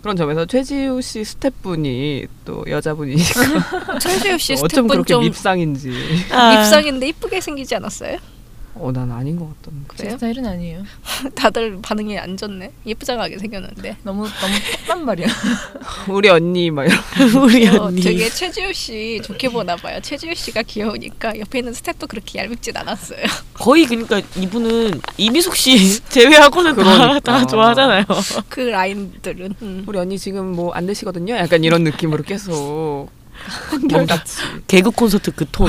[SPEAKER 1] 그런 점에서 최지우 씨 스태프분이 또 (laughs) 여자분이니까
[SPEAKER 2] 천수엽 씨
[SPEAKER 1] 어쩜
[SPEAKER 2] 스텝은
[SPEAKER 1] 그렇게
[SPEAKER 2] 좀
[SPEAKER 1] 밉상인지.
[SPEAKER 3] 아,
[SPEAKER 2] 입상인데 이쁘게 생기지 않았어요? (laughs)
[SPEAKER 1] 어, 난 아닌 것 같던데.
[SPEAKER 4] 제
[SPEAKER 2] 그래요?
[SPEAKER 4] 스타일은 아니에요.
[SPEAKER 2] 다들 반응이 안 좋네. 예쁘장하게 생겼는데.
[SPEAKER 4] 너무 너무 똑단 말이야.
[SPEAKER 1] 우리 언니 막 이런.
[SPEAKER 3] (laughs) 우리
[SPEAKER 2] 어,
[SPEAKER 3] 언니.
[SPEAKER 2] 되게 최지우 씨 좋게 보나 봐요. 최지우 씨가 귀여우니까 옆에 있는 스텝도 그렇게 얄밉진 않았어요. (laughs)
[SPEAKER 3] 거의 그러니까 이분은 이미숙 씨 (laughs) 제외하고는
[SPEAKER 1] 그러니까.
[SPEAKER 3] 다, 다 좋아하잖아요.
[SPEAKER 2] 그 라인들은. 음.
[SPEAKER 1] 우리 언니 지금 뭐 안 되시거든요. 약간 이런 느낌으로 계속 한결같이.
[SPEAKER 3] 개그 콘서트 그 톤.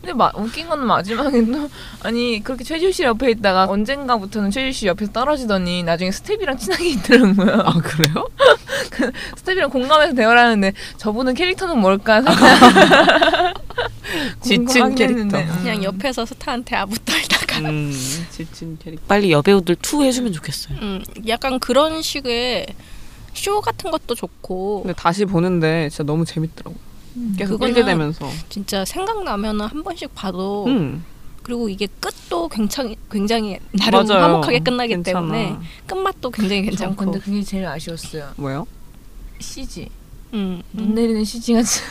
[SPEAKER 4] 근데 마, 웃긴 건 마지막에 또 (laughs) 아니 그렇게 최지우 씨 옆에 있다가 언젠가부터는 최지우 씨 옆에서 떨어지더니 나중에 스텝이랑 친하게 (laughs) 있더라고요.
[SPEAKER 1] 아 그래요?
[SPEAKER 4] 스텝이랑 공감해서 대화를 하는데 저분은 캐릭터는 뭘까
[SPEAKER 1] 지친 캐릭터.
[SPEAKER 4] 음.
[SPEAKER 2] 그냥 옆에서 스타한테 아부 떨다가.
[SPEAKER 1] 음, 지친 캐릭터.
[SPEAKER 3] 빨리 여배우들 투 해주면 좋겠어요.
[SPEAKER 2] 음, 약간 그런 식의 쇼 같은 것도 좋고
[SPEAKER 1] 근데 다시 보는데 진짜 너무 재밌더라고. 계속
[SPEAKER 2] 그거는-
[SPEAKER 1] 끌게 되면서.
[SPEAKER 2] 진짜 생각나면은 한 번씩 봐도
[SPEAKER 1] 음,
[SPEAKER 2] 그리고 이게 끝도 굉장히 굉장히 나름
[SPEAKER 1] 맞아요.
[SPEAKER 2] 화목하게 끝나기
[SPEAKER 1] 괜찮아.
[SPEAKER 2] 때문에 끝맛도 굉장히
[SPEAKER 4] 괜찮고.
[SPEAKER 2] 괜찮고
[SPEAKER 4] 근데 그게 제일 아쉬웠어요.
[SPEAKER 1] (laughs) 뭐요?
[SPEAKER 4] CG
[SPEAKER 2] 음,
[SPEAKER 4] 눈
[SPEAKER 2] 음.
[SPEAKER 4] 내리는 CG가 진짜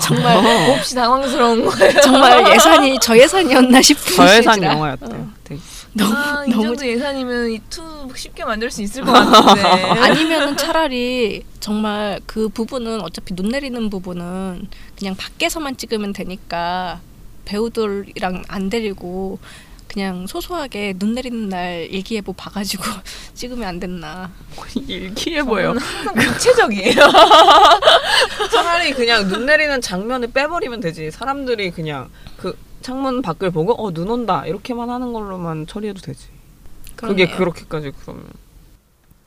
[SPEAKER 2] 정말
[SPEAKER 4] 몹시 당황스러운 거예요.
[SPEAKER 2] 정말 예산이 저 예산이었나 싶은
[SPEAKER 1] 저예산
[SPEAKER 2] 시기라.
[SPEAKER 1] 영화였대요. 되게. (laughs)
[SPEAKER 2] 너무
[SPEAKER 4] 아, 이
[SPEAKER 2] 너무
[SPEAKER 4] 정도 예산이면 이 투 쉽게 만들 수 있을 것 같은데.
[SPEAKER 2] 아니면은 차라리 정말 그 부분은 어차피 눈 내리는 부분은 그냥 밖에서만 찍으면 되니까 배우들이랑 안 데리고 그냥 소소하게 눈 내리는 날 일기예보 봐가지고 (laughs) 찍으면 안 됐나.
[SPEAKER 1] 일기해 보여.
[SPEAKER 4] 항상 (laughs) 구체적이에요.
[SPEAKER 1] (laughs) 차라리 그냥 눈 내리는 장면을 빼버리면 되지. 사람들이 그냥 그 창문 밖을 보고 어 눈 온다 이렇게만 하는 걸로만 처리해도 되지. 그게
[SPEAKER 2] 그러네요.
[SPEAKER 1] 그렇게까지 그러면.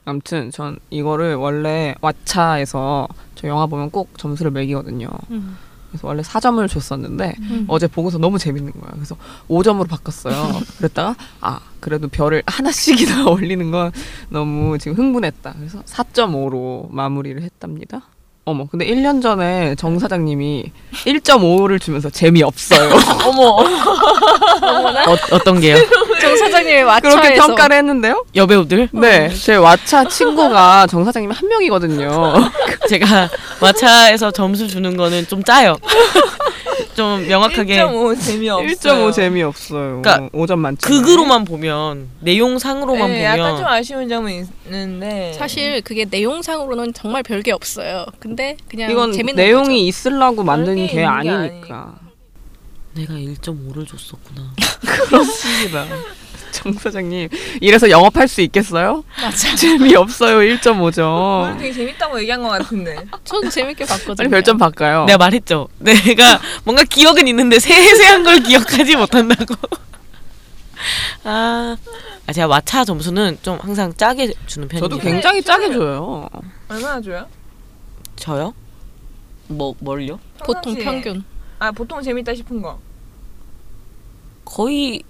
[SPEAKER 1] 아무튼 전 이거를 원래 왓챠에서 저 영화 보면 꼭 점수를 매기거든요.
[SPEAKER 2] 음.
[SPEAKER 1] 그래서 원래 4점을 줬었는데
[SPEAKER 2] 음.
[SPEAKER 1] 어제 보고서 너무 재밌는 거야. 그래서 5점으로 바꿨어요. 그랬다가 아 그래도 별을 하나씩이나 (laughs) 올리는 건 너무 지금 흥분했다. 그래서 4.5로 마무리를 했답니다. 어머 근데 1년 전에 정 사장님이 1.5를 주면서 재미없어요.
[SPEAKER 3] 어머. 어, 어떤 게요?
[SPEAKER 2] 정 사장님의 마차에서
[SPEAKER 1] 그렇게 평가를 했는데요.
[SPEAKER 3] 여배우들?
[SPEAKER 1] 네, 제 왓챠 친구가 정 사장님 한 명이거든요.
[SPEAKER 3] 제가 마차에서 점수 주는 거는 좀 짜요. 좀 명확하게
[SPEAKER 4] 1.5 재미없어요.
[SPEAKER 1] 1.5 재미없어요.
[SPEAKER 3] 그러니까
[SPEAKER 1] 5점 만점.
[SPEAKER 3] 극으로만 보면 내용상으로만
[SPEAKER 4] 네,
[SPEAKER 3] 보면
[SPEAKER 4] 약간 좀 아쉬운 점은 있는데
[SPEAKER 1] 네.
[SPEAKER 2] 사실 그게 내용상으로는 정말 별게 없어요. 근데 그냥
[SPEAKER 1] 이건
[SPEAKER 2] 재밌는
[SPEAKER 1] 내용이 있으려고 만든
[SPEAKER 4] 별게
[SPEAKER 1] 게
[SPEAKER 4] 있는 게
[SPEAKER 1] 아니니까.
[SPEAKER 3] 내가 1.5를 줬었구나.
[SPEAKER 1] 그렇습니다. 정 사장님 이래서 영업할 수 있겠어요? (laughs)
[SPEAKER 2] 거죠. 맞아. (laughs)
[SPEAKER 1] 재미없어요 1.5점.
[SPEAKER 2] 어.
[SPEAKER 4] 오늘 되게 재밌다고 얘기한 것
[SPEAKER 2] (laughs)
[SPEAKER 4] 같은데.
[SPEAKER 2] 전 재밌게 봤거든요.
[SPEAKER 1] 빨리 별점 바꿔요.
[SPEAKER 3] 내가 말했죠.
[SPEAKER 1] (laughs)
[SPEAKER 3] 내가 뭔가 기억은 있는데 세세한 걸
[SPEAKER 1] (laughs)
[SPEAKER 3] 기억하지 못한다고. 아, 아, 제가 마차 점수는 좀 항상 짜게 주는 편이에요. 네.
[SPEAKER 1] 저도 굉장히 짜게 줘요.
[SPEAKER 4] 얼마나 줘요?
[SPEAKER 3] 저요? 뭐 뭘요?
[SPEAKER 2] 보통
[SPEAKER 4] 평상시에.
[SPEAKER 2] 평균.
[SPEAKER 4] 아 보통 재밌다 싶은 거. 어,
[SPEAKER 3] 거의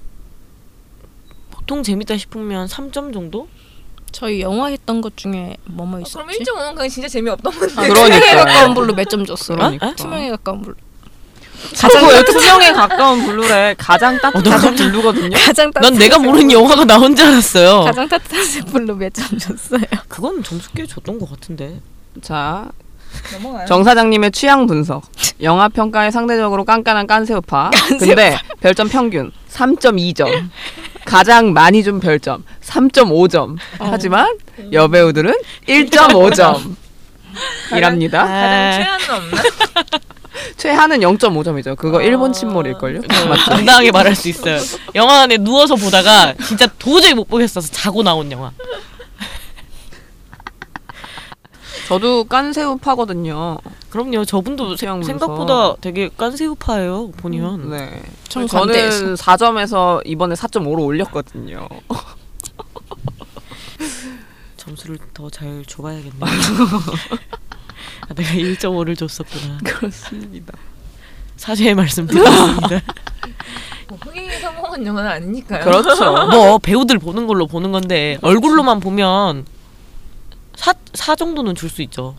[SPEAKER 3] 보통 재밌다 싶으면 3점
[SPEAKER 1] (laughs)
[SPEAKER 3] 정도?
[SPEAKER 2] 저희 영화 했던 것 중에 뭐뭐
[SPEAKER 4] 아,
[SPEAKER 2] 있었지?
[SPEAKER 4] 그럼 1.5는 그냥 진짜 재미없던 건데.
[SPEAKER 2] 아,
[SPEAKER 1] 그러니까요.
[SPEAKER 2] 투명에 가까운 블루 몇 점 줬어요?
[SPEAKER 1] 그러니까.
[SPEAKER 2] 어? 투명에 가까운 블루
[SPEAKER 1] 가장 어, 그 투명에 가까운 블루래 어, 가장 따뜻한 (laughs) 블루거든요.
[SPEAKER 2] 가장 따뜻한
[SPEAKER 3] 어, 난 내가
[SPEAKER 1] (laughs)
[SPEAKER 3] 모르는 영화가 나온 줄 알았어요.
[SPEAKER 2] 가장 따뜻한 (laughs) 블루 몇 점 줬어요?
[SPEAKER 3] 그건 점수 꽤 줬던 것 같은데.
[SPEAKER 1] 자,
[SPEAKER 2] 아,
[SPEAKER 4] 넘어가요.
[SPEAKER 1] 정 사장님의 취향 분석. 영화 평가에 상대적으로 깐깐한 깐새우파.
[SPEAKER 2] 깐새우파.
[SPEAKER 1] 근데 별점 평균 3.2점. 가장 많이 준 별점 3.5점. 하지만 여배우들은 (laughs) 1.5점. 이랍니다.
[SPEAKER 4] 가장
[SPEAKER 3] 아.
[SPEAKER 4] 최하는
[SPEAKER 2] (laughs)
[SPEAKER 4] 없나?
[SPEAKER 1] 최하는 0.5점이죠. 그거
[SPEAKER 4] 아.
[SPEAKER 1] 일본 침몰일걸요? 어, 맞죠?
[SPEAKER 3] 당당하게 말할 수 있어요. 영화 안에 누워서 보다가 진짜 도저히 못 보겠어서 자고 나온 영화.
[SPEAKER 1] 저도 깐새우파거든요.
[SPEAKER 3] 그럼요. 저분도 세,
[SPEAKER 1] 취향 분석.
[SPEAKER 3] 생각보다 되게 깐새우파예요. 보면.
[SPEAKER 1] 네.
[SPEAKER 2] 전 관대했어.
[SPEAKER 1] 저는 4점에서 이번에 4.5로 올렸거든요.
[SPEAKER 3] 점수를 더 잘 줘봐야겠네. (laughs) 아, 내가 1.5를 줬었구나.
[SPEAKER 1] (laughs) 그렇습니다.
[SPEAKER 3] 사죄의 말씀 드리겠습니다.
[SPEAKER 4] 뭐, 흥행에 성공한 영화는 아니니까요.
[SPEAKER 1] 그렇죠.
[SPEAKER 3] 뭐 배우들 보는 걸로 보는 건데 얼굴로만 보면 사, 사 정도는 줄 수 있죠.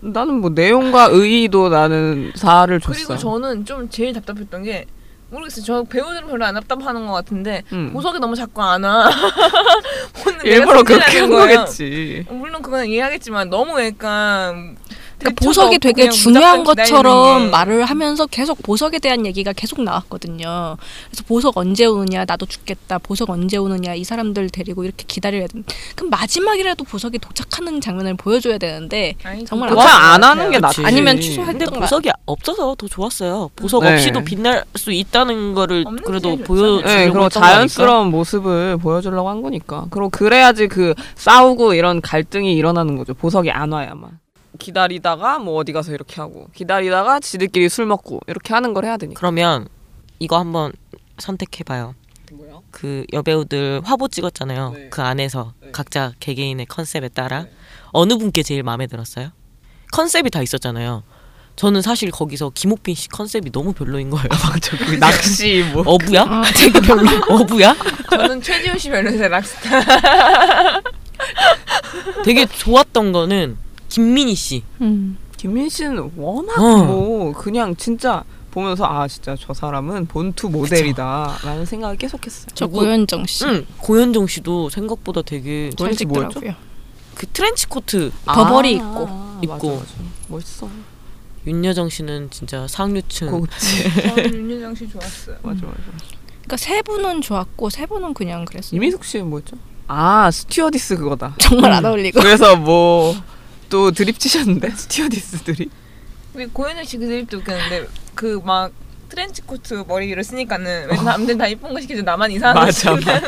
[SPEAKER 1] 나는 뭐 내용과 의의도 나는 4를 줬어요.
[SPEAKER 4] 그리고 저는 좀 제일 답답했던 게 모르겠어요. 저 배우들은 별로 안 답답하는 것 같은데
[SPEAKER 1] 음.
[SPEAKER 4] 보석이 너무 자꾸 안 와.
[SPEAKER 2] (laughs)
[SPEAKER 4] 혼은 내가
[SPEAKER 1] 일부러
[SPEAKER 4] 성질이
[SPEAKER 1] 그렇게
[SPEAKER 4] 나는
[SPEAKER 1] 한
[SPEAKER 4] 거예요.
[SPEAKER 1] 거겠지.
[SPEAKER 4] 물론 그건 이해하겠지만 너무 약간
[SPEAKER 2] 그러니까
[SPEAKER 4] 대처도
[SPEAKER 2] 보석이
[SPEAKER 4] 없고
[SPEAKER 2] 되게
[SPEAKER 4] 그냥
[SPEAKER 2] 중요한
[SPEAKER 4] 무작정
[SPEAKER 2] 것처럼
[SPEAKER 4] 기다리는 게.
[SPEAKER 2] 말을 하면서 계속 보석에 대한 얘기가 계속 나왔거든요. 그래서 보석 언제 오느냐, 나도 죽겠다, 보석 언제 오느냐, 이 사람들 데리고 이렇게 기다려야 된. 그럼 마지막이라도 보석이 도착하는 장면을 보여줘야 되는데
[SPEAKER 4] 아니,
[SPEAKER 2] 정말
[SPEAKER 4] 그거
[SPEAKER 1] 도착 뭐 안
[SPEAKER 4] 같아요.
[SPEAKER 1] 하는 게 낫지.
[SPEAKER 2] 아니면 취소할
[SPEAKER 3] 근데
[SPEAKER 2] 했던
[SPEAKER 3] 보석이 없어서 더 좋았어요. 보석
[SPEAKER 1] 네.
[SPEAKER 3] 없이도 빛날 수 있다는 거를
[SPEAKER 4] 없는
[SPEAKER 3] 그래도
[SPEAKER 4] 게 제일
[SPEAKER 3] 보여주려고
[SPEAKER 4] 좋잖아요.
[SPEAKER 1] 네, 그리고
[SPEAKER 3] 했던 거니까.
[SPEAKER 1] 자연스러운 모습을 보여주려고 한 거니까. 그리고 그래야지 그 싸우고 이런 갈등이 일어나는 거죠. 보석이 안 와야만. 기다리다가 뭐 어디 가서 이렇게 하고 기다리다가 지들끼리 술 먹고 이렇게 하는 걸 해야 되니까.
[SPEAKER 3] 그러면 이거 한번 선택해봐요. 그 여배우들 화보 찍었잖아요.
[SPEAKER 1] 네.
[SPEAKER 3] 그 안에서
[SPEAKER 1] 네.
[SPEAKER 3] 각자 개개인의 컨셉에 따라 어느 분께 제일 마음에 들었어요? 컨셉이 다 있었잖아요. 저는 사실 거기서 김옥빈 씨 컨셉이 너무 별로인 거예요.
[SPEAKER 1] 아, 낚시 뭐.
[SPEAKER 3] (laughs)
[SPEAKER 2] 아, (laughs)
[SPEAKER 3] 어부야? 되게 별로. 어부야?
[SPEAKER 4] 저는 최지훈 씨 별로세 락스타.
[SPEAKER 3] 되게 좋았던 거는 김민희 씨.
[SPEAKER 2] 음.
[SPEAKER 1] (laughs) 김민 씨는 워낙
[SPEAKER 3] 어.
[SPEAKER 1] 뭐 그냥 진짜 보면서 아 진짜 저 사람은 본투 모델이다라는 생각을 계속했어요.
[SPEAKER 2] 저
[SPEAKER 3] 그리고-
[SPEAKER 2] 고현정
[SPEAKER 1] 음.
[SPEAKER 2] 씨
[SPEAKER 3] 응. 고현정 씨도 생각보다 되게
[SPEAKER 1] 고현정
[SPEAKER 2] 잘
[SPEAKER 1] 씨 뭐였죠?
[SPEAKER 2] 찍더라고요.
[SPEAKER 3] 그 트렌치 코트
[SPEAKER 2] 버버리
[SPEAKER 1] 아,
[SPEAKER 2] 입고.
[SPEAKER 3] 입고.
[SPEAKER 1] 맞아, 맞아. 멋있어.
[SPEAKER 3] 윤여정 씨는 진짜 상류층.
[SPEAKER 1] 고급지.
[SPEAKER 4] 저는 어, 윤여정 씨 좋았어요.
[SPEAKER 1] 맞아 맞아.
[SPEAKER 2] 그러니까 세 분은 좋았고 세 분은 그냥 그랬어요.
[SPEAKER 1] 이민숙 씨는 뭐였죠? 아 스튜어디스 그거다.
[SPEAKER 2] 정말 안 어울리고
[SPEAKER 1] 그래서 뭐 또 드립 치셨는데 (laughs) 스튜어디스들이
[SPEAKER 4] 우리 고현우 씨 그 드립도 웃겼는데 그 막 트렌치 코트 머리 위로 쓰니까는 왜 남들 다 이쁜 거 시키지 나만 이상한 거
[SPEAKER 1] 맞아,
[SPEAKER 4] 시키는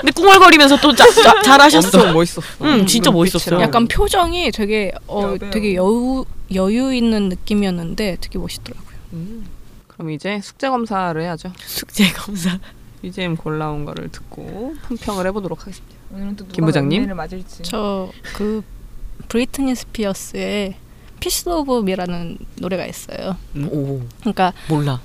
[SPEAKER 3] 근데 꿍얼거리면서 또 짜, 짜, 잘하셨어.
[SPEAKER 1] 엄청 음, 멋있었어.
[SPEAKER 3] 응, 진짜 멋있었어요.
[SPEAKER 2] 약간 표정이 되게 어
[SPEAKER 4] 여배우.
[SPEAKER 2] 되게 음. 여유 여유 있는 느낌이었는데 되게 멋있더라고요.
[SPEAKER 1] 음. 그럼 이제 숙제 검사를 해야죠.
[SPEAKER 3] 숙제 검사.
[SPEAKER 1] BGM 골라온 거를 듣고 품평을 해보도록 하겠습니다.
[SPEAKER 4] (laughs) 오늘은 또 누가
[SPEAKER 1] 김 부장님?
[SPEAKER 4] 를 맞을지.
[SPEAKER 2] 저 그 브리트니 스피어스의 피스 오브 미라는 노래가 있어요.
[SPEAKER 1] 음,
[SPEAKER 3] 오
[SPEAKER 2] 그러니까
[SPEAKER 3] (laughs) 몰라.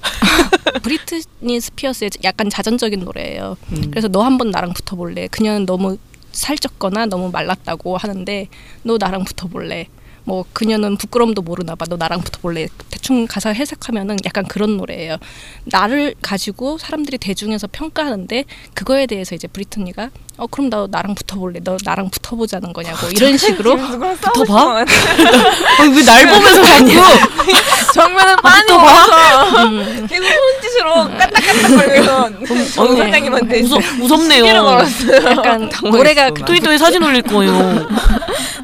[SPEAKER 2] 브리트니 스피어스의 약간 자전적인 노래예요.
[SPEAKER 1] 음.
[SPEAKER 2] 그래서 너 한 번 나랑 붙어볼래. 그녀는 너무 살쪘거나 너무 말랐다고 하는데 너 나랑 붙어볼래. 뭐 그녀는 부끄럼도 모르나 봐. 너 나랑 붙어볼래. 대충 가사 해석하면은 약간 그런 노래예요. 나를 가지고 사람들이 대중에서 평가하는데 그거에 대해서 이제 브리트니가 어 그럼 너 나랑 붙어볼래. 너 나랑 붙어보자는 거냐고 이런 식으로
[SPEAKER 4] 누구랑
[SPEAKER 3] 붙어봐?
[SPEAKER 4] 싸우고 싶어.
[SPEAKER 3] 왜 날 보면서 자꾸
[SPEAKER 4] 정면은 빤히
[SPEAKER 3] 또 봐?
[SPEAKER 4] 와서
[SPEAKER 2] 음,
[SPEAKER 4] 계속 손짓으로 까딱까딱거리면서 정 사장님한테
[SPEAKER 3] 무섭
[SPEAKER 4] 시비를
[SPEAKER 3] 무섭네요.
[SPEAKER 4] 걸었어요.
[SPEAKER 2] 약간 노래가 그,
[SPEAKER 3] 트위터에 사진 올릴 거예요.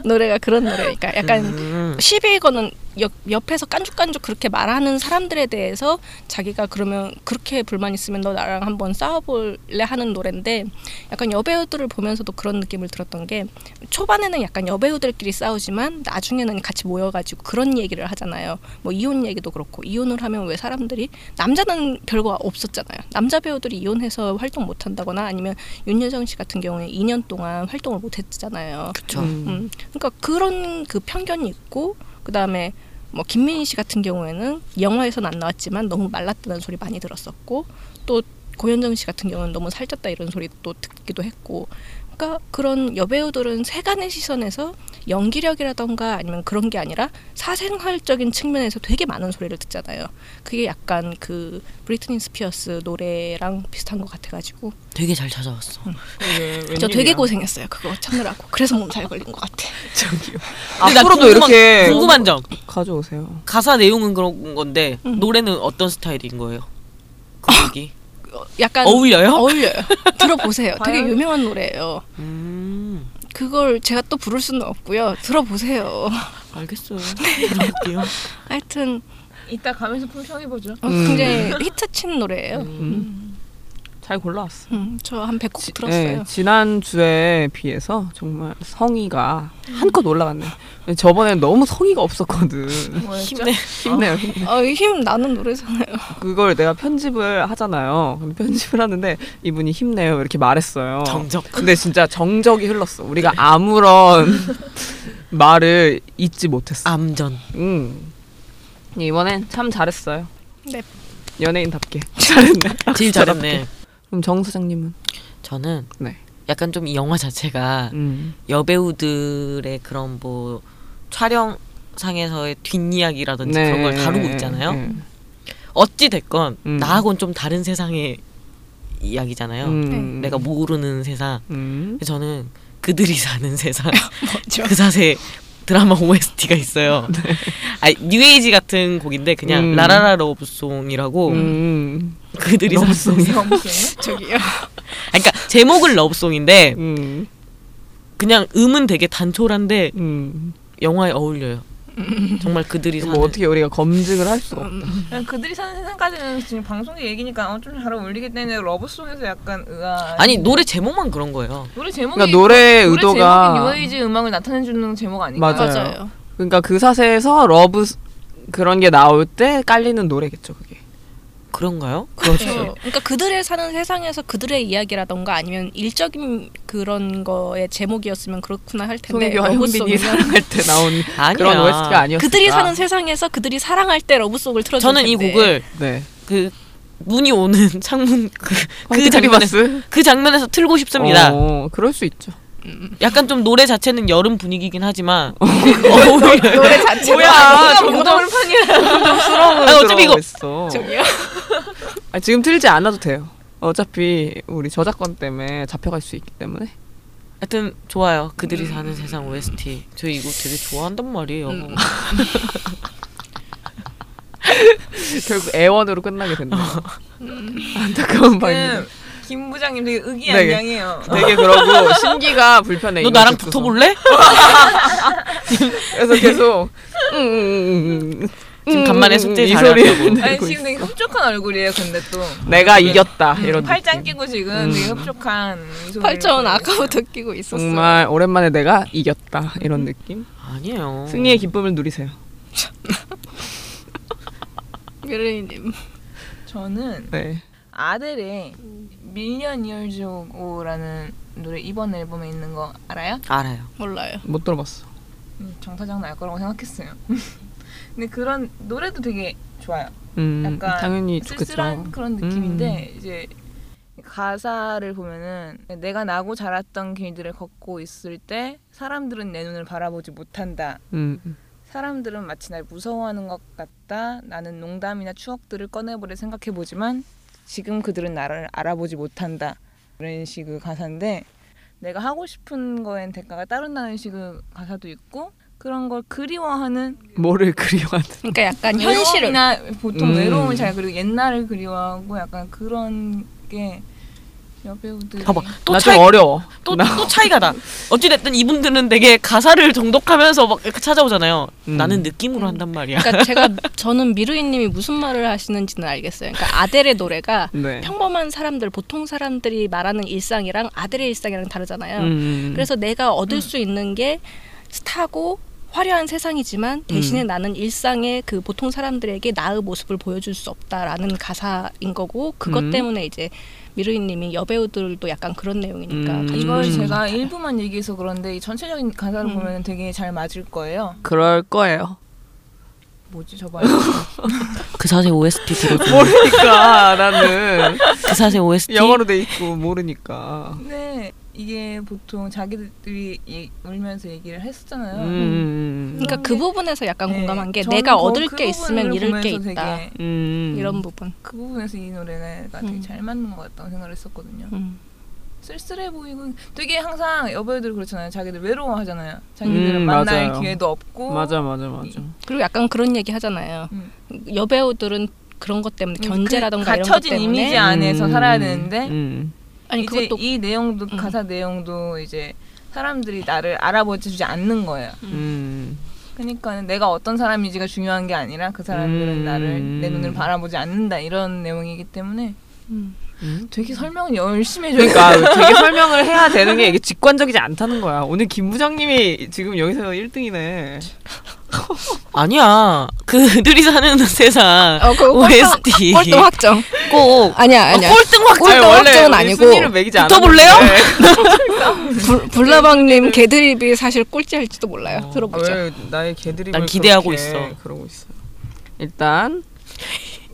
[SPEAKER 2] 노래가 그런 노래니까 약간
[SPEAKER 3] 음.
[SPEAKER 2] 시비 거는 옆, 옆에서 깐죽깐죽 그렇게 말하는 사람들에 대해서 자기가 그러면 그렇게 불만 있으면 너 나랑 한번 싸워볼래 하는 노래인데 약간 여배우들을 보면서도 그런 느낌을 들었던 게 초반에는 약간 여배우들끼리 싸우지만 나중에는 같이 모여가지고 그런 얘기를 하잖아요. 뭐 이혼 얘기도 그렇고 이혼을 하면 왜 사람들이 남자는 별거 없었잖아요. 남자 배우들이 이혼해서 활동 못 한다거나 아니면 윤여정 씨 같은 경우에 2년 동안 활동을 못 했잖아요.
[SPEAKER 3] 그쵸.
[SPEAKER 2] 음, 그러니까 그런 그 편견이 있고 그 다음에 뭐 김민희 씨 같은 경우에는 영화에선 안 나왔지만 너무 말랐다는 소리 많이 들었었고 또 고현정 씨 같은 경우는 너무 살쪘다 이런 소리 또 듣기도 했고 그러니까 그런 여배우들은 세간의 시선에서 연기력이라던가 아니면 그런 게 아니라 사생활적인 측면에서 되게 많은 소리를 듣잖아요. 그게 약간 그 브리트니 스피어스 노래랑 비슷한 것 같아가지고
[SPEAKER 3] 되게 잘 찾아왔어.
[SPEAKER 4] 음.
[SPEAKER 2] 저 되게 고생했어요. 그거 참느라고. 그래서 몸살 걸린 것 같아.
[SPEAKER 1] 저기요.
[SPEAKER 3] 근데 나
[SPEAKER 1] 앞으로도
[SPEAKER 3] 궁금한-
[SPEAKER 1] 이렇게
[SPEAKER 3] 궁금한 점.
[SPEAKER 1] 가져오세요.
[SPEAKER 3] 가사 내용은 그런 건데
[SPEAKER 2] 음.
[SPEAKER 3] 노래는 어떤
[SPEAKER 4] (laughs)
[SPEAKER 3] 스타일인 거예요? 그 얘기
[SPEAKER 2] 어, 약간
[SPEAKER 3] 어울려요?
[SPEAKER 2] 어울려요. 들어보세요. 되게
[SPEAKER 4] 과연?
[SPEAKER 2] 유명한 노래예요.
[SPEAKER 3] 음,
[SPEAKER 2] 그걸 제가 또 부를 수는 없고요. 들어보세요.
[SPEAKER 3] 알겠어요. 들어볼게요.
[SPEAKER 2] 하여튼
[SPEAKER 4] 이따 가면서 품평해보죠.
[SPEAKER 2] 어,
[SPEAKER 1] 음.
[SPEAKER 2] 굉장히 히트친 노래예요.
[SPEAKER 1] 음. 잘 골라왔어.
[SPEAKER 2] 음, 저한 100곡
[SPEAKER 1] 지-
[SPEAKER 2] 들었어요.
[SPEAKER 1] 네, 지난 주에 비해서 정말 성의가 한껏 올라갔네. 저번에 너무 성의가 없었거든.
[SPEAKER 4] 뭐였죠?
[SPEAKER 3] 힘내.
[SPEAKER 1] 힘내요, 힘내.
[SPEAKER 2] 아, 이힘 나는 노래잖아요. (laughs)
[SPEAKER 1] 그걸 내가 편집을 하잖아요. 근데 편집을 하는데 이분이 힘내요 이렇게 말했어요.
[SPEAKER 3] (laughs) 정적.
[SPEAKER 1] 근데 진짜 정적이 흘렀어.
[SPEAKER 3] 네.
[SPEAKER 1] 우리가
[SPEAKER 3] (laughs)
[SPEAKER 1] 아무런 말을 잊지 못했어.
[SPEAKER 3] 암전.
[SPEAKER 1] 음. 이번엔 참 잘했어요.
[SPEAKER 2] 네.
[SPEAKER 1] 연예인답게 (laughs) 잘했네.
[SPEAKER 3] 제일 잘했네.
[SPEAKER 1] 그럼 정 사장님은?
[SPEAKER 3] 저는
[SPEAKER 1] 네.
[SPEAKER 3] 약간 좀 이 영화 자체가
[SPEAKER 1] 음.
[SPEAKER 3] 여배우들의 그런 뭐 촬영상에서의 뒷이야기라든지 그런 걸 다루고 있잖아요.
[SPEAKER 1] 네.
[SPEAKER 3] 어찌 됐건
[SPEAKER 1] 음.
[SPEAKER 3] 나하고는 좀 다른 세상의 이야기잖아요.
[SPEAKER 1] 음.
[SPEAKER 3] 내가 뭐 모르는 세상.
[SPEAKER 1] 음. (laughs)
[SPEAKER 3] 저는 그들이 사는 세상
[SPEAKER 2] 뭐죠?
[SPEAKER 3] 그 자세 드라마
[SPEAKER 1] (laughs)
[SPEAKER 3] OST가 있어요. 아니, 뉴에이지 같은 곡인데 그냥
[SPEAKER 1] 네. 음.
[SPEAKER 3] 라라라 러브송이라고
[SPEAKER 1] 음.
[SPEAKER 3] 그들이 러브송.
[SPEAKER 4] 너무세요?
[SPEAKER 2] 저기요.
[SPEAKER 3] 그러니까 제목은 러브송인데
[SPEAKER 1] 음.
[SPEAKER 3] 그냥 음은 되게 단촐한데
[SPEAKER 1] 음.
[SPEAKER 3] 영화에 어울려요. 정말 그들이 사는
[SPEAKER 1] 뭐 어떻게 우리가 검증을 할 수가
[SPEAKER 2] 음.
[SPEAKER 1] 없다.
[SPEAKER 4] 아, 그냥 그들이 사는 세상까지는 지금 방송의 얘기니까 어, 좀잘 어울리기 때문에 러브송에서 약간 의아.
[SPEAKER 3] 아니 노래 제목만 그런 거예요.
[SPEAKER 4] 노래 제목이 뭐,
[SPEAKER 1] 그러니까 노래의
[SPEAKER 4] 노래 제목이
[SPEAKER 1] 의도가
[SPEAKER 4] 뉴에이지 음악을 나타내주는 제목 아닌가요?
[SPEAKER 1] 맞아요.
[SPEAKER 2] 맞아요.
[SPEAKER 1] 그러니까 그 사세에서 러브 스- 그런 게 나올 때 깔리는 노래겠죠, 그게.
[SPEAKER 3] 그런가요?
[SPEAKER 2] 그렇죠. 그러니까 그들의 사는 세상에서 그들의 이야기라던가 아니면 일적인 그런 거의 제목이었으면 그렇구나 할 텐데
[SPEAKER 1] 송혜교와 현빈이
[SPEAKER 2] 러브송이면 (laughs)
[SPEAKER 1] 사랑할 때 나온
[SPEAKER 3] (laughs) 아니야.
[SPEAKER 1] 그런 OST가 아니었을까?
[SPEAKER 2] 그들이 사는 세상에서 그들이 사랑할 때 러브송을 틀어줬는데
[SPEAKER 3] 저는 이 곡을
[SPEAKER 1] 네.
[SPEAKER 3] 그 눈이 오는 (laughs) 창문 그, 그
[SPEAKER 1] 화이트
[SPEAKER 3] 장면에서
[SPEAKER 1] 크리마스?
[SPEAKER 3] 그 장면에서 틀고 싶습니다.
[SPEAKER 1] 어, 그럴 수 있죠.
[SPEAKER 3] 약간 좀 노래 자체는 여름 분위기긴 하지만
[SPEAKER 1] 어. (laughs)
[SPEAKER 3] 그 어울려요.
[SPEAKER 2] 노래 자체가
[SPEAKER 1] 뭐야,
[SPEAKER 4] 아, 뭔가
[SPEAKER 1] 정말 (laughs)
[SPEAKER 4] 불판이야.
[SPEAKER 1] 부담스러운
[SPEAKER 3] 아니, 어차피 이거-
[SPEAKER 1] 있어.
[SPEAKER 2] 저기요.
[SPEAKER 1] 아니, 지금 틀지 않아도 돼요. 어차피 우리 저작권 때문에 잡혀갈 수 있기 때문에. (laughs)
[SPEAKER 3] 하여튼 좋아요.
[SPEAKER 1] 음.
[SPEAKER 3] 그들이 사는 세상 OST. 저 이거 되게 좋아한단 말이에요. 그러니까
[SPEAKER 2] 음.
[SPEAKER 1] 결국 애원으로 끝나게 된다.
[SPEAKER 3] 음.
[SPEAKER 1] 안타까운 방이.
[SPEAKER 4] 지금 음. 김 부장님 되게
[SPEAKER 1] 네.
[SPEAKER 4] 의기양양해요.
[SPEAKER 1] 되게 그러고 심기가 불편해. 네,
[SPEAKER 3] 너
[SPEAKER 1] 이거
[SPEAKER 3] 나랑
[SPEAKER 1] 듣고서. (laughs)
[SPEAKER 3] 붙어볼래?
[SPEAKER 1] 그래서 계속 음, 음, 음, 음,
[SPEAKER 3] 지금
[SPEAKER 1] 음,
[SPEAKER 3] 간만에
[SPEAKER 1] 음,
[SPEAKER 3] 숙제
[SPEAKER 1] 음, 이
[SPEAKER 3] 잘하려고.
[SPEAKER 1] 소리를
[SPEAKER 4] 아니
[SPEAKER 1] 내고
[SPEAKER 4] 지금
[SPEAKER 1] 있어.
[SPEAKER 4] 되게 흡족한 얼굴이에요. 근데 또
[SPEAKER 3] 음,
[SPEAKER 1] 내가 이겼다 네, 이런 느낌.
[SPEAKER 4] 팔짱
[SPEAKER 1] 음.
[SPEAKER 4] 끼고 지금 되게 흡족한 미소를
[SPEAKER 2] 팔전
[SPEAKER 4] 보이고 있어요.
[SPEAKER 2] 아까부터 끼고 있었어요.
[SPEAKER 1] 정말 오랜만에 내가 이겼다
[SPEAKER 3] 음.
[SPEAKER 1] 이런 느낌.
[SPEAKER 3] 아니에요.
[SPEAKER 1] 승리의 기쁨을 누리세요.
[SPEAKER 2] 미르님
[SPEAKER 4] 저는
[SPEAKER 1] 네.
[SPEAKER 4] 아델의 밀리언 이얼즈 오라는 노래 이번 앨범에 있는 거 알아요?
[SPEAKER 3] 알아요.
[SPEAKER 2] 몰라요.
[SPEAKER 1] 못 들어봤어.
[SPEAKER 4] 음, 정사장은 알 거라고 생각했어요. (laughs) 근데 그런 노래도 되게 좋아요.
[SPEAKER 1] 음,
[SPEAKER 4] 약간
[SPEAKER 1] 당연히
[SPEAKER 4] 쓸쓸한
[SPEAKER 1] 좋겠죠. 음.
[SPEAKER 4] 그런 느낌인데 이제 가사를 보면은 내가 나고 자랐던 길들을 걷고 있을 때 사람들은 내 눈을 바라보지 못한다.
[SPEAKER 1] 음, 음.
[SPEAKER 4] 사람들은 마치 날 무서워하는 것 같다. 나는 농담이나 추억들을 꺼내보려 생각해보지만 지금 그들은 나를 알아보지 못한다. 이런 식의 가사인데 내가 하고 싶은 거엔 대가가 따른다는 식의 가사도 있고 그런 걸 그리워하는
[SPEAKER 1] 음. 뭐를 그리워하는.
[SPEAKER 2] 그러니까 약간 현실을
[SPEAKER 4] 외로움이나 보통
[SPEAKER 1] 음.
[SPEAKER 4] 외로움을 잘 그리고 옛날을 그리워하고 약간 그런 게 여배우들이 아,
[SPEAKER 3] 봐봐. 또
[SPEAKER 1] 음. 나좀
[SPEAKER 3] 차이
[SPEAKER 1] 어려워.
[SPEAKER 3] 또,
[SPEAKER 1] 나-
[SPEAKER 3] 또 차이가 나. 어찌됐든 이분들은 되게 가사를 정독하면서 막 이렇게 찾아오잖아요.
[SPEAKER 1] 음.
[SPEAKER 3] 나는 느낌으로 한단 말이야.
[SPEAKER 2] 그러니까 제가 저는 미르이님이 무슨 말을 하시는지는 알겠어요. 그러니까 아델의 노래가
[SPEAKER 1] 네.
[SPEAKER 2] 평범한 사람들, 보통 사람들이 말하는 일상이랑 아델의 일상이랑 다르잖아요.
[SPEAKER 1] 음.
[SPEAKER 2] 그래서 내가 얻을 수 있는 게 스타고 화려한 세상이지만 대신에
[SPEAKER 1] 음.
[SPEAKER 2] 나는 일상의 그 보통 사람들에게 나의 모습을 보여줄 수 없다라는 가사인 거고 그것
[SPEAKER 1] 음.
[SPEAKER 2] 때문에 이제 미르이님이 여배우들도 약간 그런 내용이니까
[SPEAKER 1] 음.
[SPEAKER 2] 같이
[SPEAKER 4] 이걸
[SPEAKER 2] 보신 것
[SPEAKER 4] 제가
[SPEAKER 2] 같아요.
[SPEAKER 4] 일부만 얘기해서 그런데 이 전체적인 가사를
[SPEAKER 2] 음.
[SPEAKER 4] 보면 되게 잘 맞을 거예요.
[SPEAKER 1] 그럴 거예요.
[SPEAKER 4] 뭐지 저 봐요.
[SPEAKER 3] 그 사세 OST (laughs) 들어줘.
[SPEAKER 1] 모르니까 나는
[SPEAKER 3] 그 사세 OST.
[SPEAKER 1] 영어로 돼 있고 모르니까.
[SPEAKER 4] 근데 이게 보통 자기들이 예, 울면서 얘기를 했었잖아요.
[SPEAKER 1] 음.
[SPEAKER 2] 그러니까 그 부분에서 약간
[SPEAKER 4] 네,
[SPEAKER 2] 공감한 게
[SPEAKER 4] 저는
[SPEAKER 2] 내가
[SPEAKER 4] 더
[SPEAKER 2] 얻을
[SPEAKER 4] 그
[SPEAKER 2] 게 있으면
[SPEAKER 4] 부분을
[SPEAKER 2] 잃을 게
[SPEAKER 4] 보면서
[SPEAKER 2] 있다
[SPEAKER 4] 되게
[SPEAKER 1] 음.
[SPEAKER 2] 이런 부분.
[SPEAKER 4] 그 부분에서 이 노래가 되게
[SPEAKER 2] 음.
[SPEAKER 4] 잘 맞는 것 같다고 생각을 했었거든요.
[SPEAKER 2] 음.
[SPEAKER 4] 쓸쓸해 보이고 되게 항상 여배우들 그렇잖아요. 자기들 외로워하잖아요. 자기들은
[SPEAKER 1] 음,
[SPEAKER 4] 만날
[SPEAKER 1] 맞아요.
[SPEAKER 4] 기회도 없고
[SPEAKER 1] 맞아 맞아 맞아.
[SPEAKER 2] 그리고 약간 그런 얘기 하잖아요.
[SPEAKER 4] 음.
[SPEAKER 2] 여배우들은 그런 것 때문에 견제라던가 이런 것
[SPEAKER 4] 갇혀진
[SPEAKER 2] 때문에
[SPEAKER 4] 이미지 안에서 살아야 되는데
[SPEAKER 1] 음.
[SPEAKER 2] 아니
[SPEAKER 4] 이제
[SPEAKER 2] 그것도
[SPEAKER 4] 이 내용도
[SPEAKER 2] 음.
[SPEAKER 4] 가사 내용도 이제 사람들이 나를 알아보지 주지 않는 거예요.
[SPEAKER 1] 음.
[SPEAKER 4] 그러니까 내가 어떤 사람인지가 중요한 게 아니라 그 사람들은
[SPEAKER 1] 음.
[SPEAKER 4] 나를 내 눈을 바라보지 않는다 이런 내용이기 때문에
[SPEAKER 2] 음.
[SPEAKER 1] 음.
[SPEAKER 4] 되게 설명을 열심히 해줘요.
[SPEAKER 1] 그러니까 되게 설명을 해야 되는 게 이게 직관적이지 않다는 거야. 오늘 김 부장님이 지금 여기서 1등이네.
[SPEAKER 3] 아니야. 그들이 (laughs) 사는 세상
[SPEAKER 1] 아. (laughs)
[SPEAKER 2] 어, 그거
[SPEAKER 3] OST.
[SPEAKER 2] 꼴등 확정.
[SPEAKER 3] 꼭
[SPEAKER 2] 아니야
[SPEAKER 3] 아,
[SPEAKER 2] 아니야.
[SPEAKER 3] 꼴등 확정.
[SPEAKER 2] 꼴등 확정은 아니고
[SPEAKER 1] 순위를 매기지 않아.
[SPEAKER 3] 붙어볼래요?
[SPEAKER 2] 불- 불나방님 개드립이 사실 꼴찌할지도 몰라요.
[SPEAKER 3] 어.
[SPEAKER 2] 들어보죠.
[SPEAKER 1] 네. 아, 왜 나의 개드립을
[SPEAKER 3] 난 기대하고
[SPEAKER 1] 그렇게
[SPEAKER 3] 있어.
[SPEAKER 1] 그러고 있어. 일단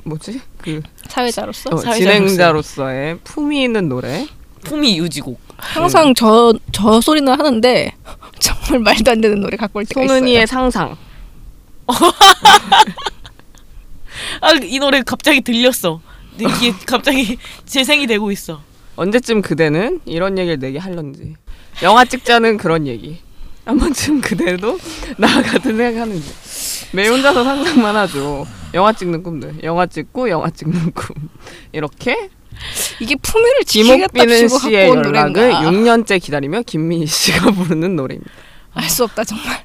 [SPEAKER 1] 뭐지? 그
[SPEAKER 2] 사회자로서
[SPEAKER 1] 어,
[SPEAKER 3] 사회자로서.
[SPEAKER 1] 진행자로서의 품이 있는 노래.
[SPEAKER 3] 품이 유지곡.
[SPEAKER 2] 항상 저 저 소리는 하는데 (laughs) 정말 말도 안 되는 노래 갖고 올 때가 있어요.
[SPEAKER 1] 송은이의 상상.
[SPEAKER 3] 아 이 노래 갑자기 들렸어. 내 귀에
[SPEAKER 1] (laughs)
[SPEAKER 3] 갑자기 재생이 되고 있어.
[SPEAKER 1] 언제쯤 그대는 이런 얘기를 내게 할런지. 영화 찍자는 그런 얘기. 한 번쯤 그대도 (laughs) 나 같은 생각하는지 매 혼자서 상상만 하죠. 영화 찍는 꿈들, 영화 찍고 영화 찍는 꿈 이렇게
[SPEAKER 2] 이게 품위를
[SPEAKER 1] 김옥빈은
[SPEAKER 2] 지키겠다고
[SPEAKER 1] 씨의
[SPEAKER 2] 갖고 온
[SPEAKER 1] 연락을
[SPEAKER 2] 노래인가.
[SPEAKER 1] 6년째 기다리며 김민희 씨가 부르는 노래입니다.
[SPEAKER 2] 알 수 없다 정말.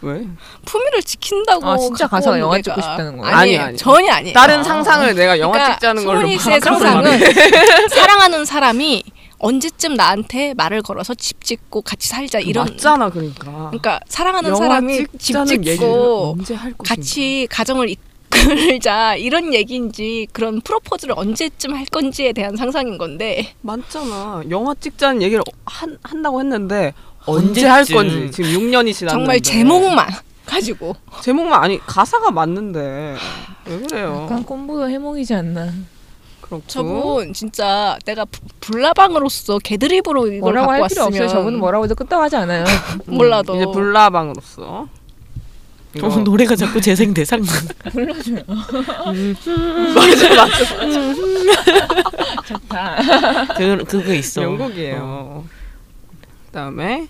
[SPEAKER 1] 왜?
[SPEAKER 2] 품위를 지킨다고.
[SPEAKER 4] 아, 진짜
[SPEAKER 2] 갖고
[SPEAKER 4] 가사가
[SPEAKER 2] 온
[SPEAKER 4] 영화
[SPEAKER 2] 노래가.
[SPEAKER 4] 찍고 싶다는 거예요?
[SPEAKER 2] 아니에요.
[SPEAKER 1] 아니, 아니.
[SPEAKER 2] 전혀 네. 아니에요. 그러니까
[SPEAKER 1] 다른 상상을 내가 영화 찍자는 걸로
[SPEAKER 2] 수의
[SPEAKER 1] 바꿔서
[SPEAKER 2] 상상은
[SPEAKER 1] 말해.
[SPEAKER 2] (laughs) 사랑하는 사람이 언제쯤 나한테 말을 걸어서 집 짓고 같이 살자 이런.
[SPEAKER 1] 맞잖아 그러니까.
[SPEAKER 2] 그러니까 사랑하는
[SPEAKER 1] 영화
[SPEAKER 2] 사람이 집
[SPEAKER 1] 찍자는 얘기를
[SPEAKER 2] 짓고
[SPEAKER 1] 언제 할 것인가.
[SPEAKER 2] 같이 가정을 이끌자 이런 얘기인지 그런 프로포즈를 언제쯤 할 건지에 대한 상상인 건데
[SPEAKER 1] 많잖아. 영화 찍자는 얘기를 한, 한다고 했는데 언제 할
[SPEAKER 3] 언제쯤.
[SPEAKER 1] 건지 지금 6년이 지났는데
[SPEAKER 2] 정말 제목만 가지고
[SPEAKER 1] 제목만 아니 가사가 맞는데 왜 그래요?
[SPEAKER 4] (laughs) 약간 꿈보다 해몽이지 않나.
[SPEAKER 1] 그렇고
[SPEAKER 2] 저분 진짜 내가 부- 불나방으로서 개드립으로 이걸
[SPEAKER 4] 뭐라고
[SPEAKER 2] 갖고
[SPEAKER 4] 할 필요
[SPEAKER 2] 왔으면
[SPEAKER 4] 없어요. 저분은 뭐라고 해도 끄떡하지 않아요.
[SPEAKER 1] 음,
[SPEAKER 2] 몰라도
[SPEAKER 1] 이제 불나방으로서 이거-
[SPEAKER 3] 어, 노래가 자꾸
[SPEAKER 1] (laughs)
[SPEAKER 3] 재생 대상.
[SPEAKER 1] 맞아 맞아
[SPEAKER 4] 좋다.
[SPEAKER 2] 아.
[SPEAKER 3] 그 그거 있어.
[SPEAKER 1] 명곡이에요. 그다음에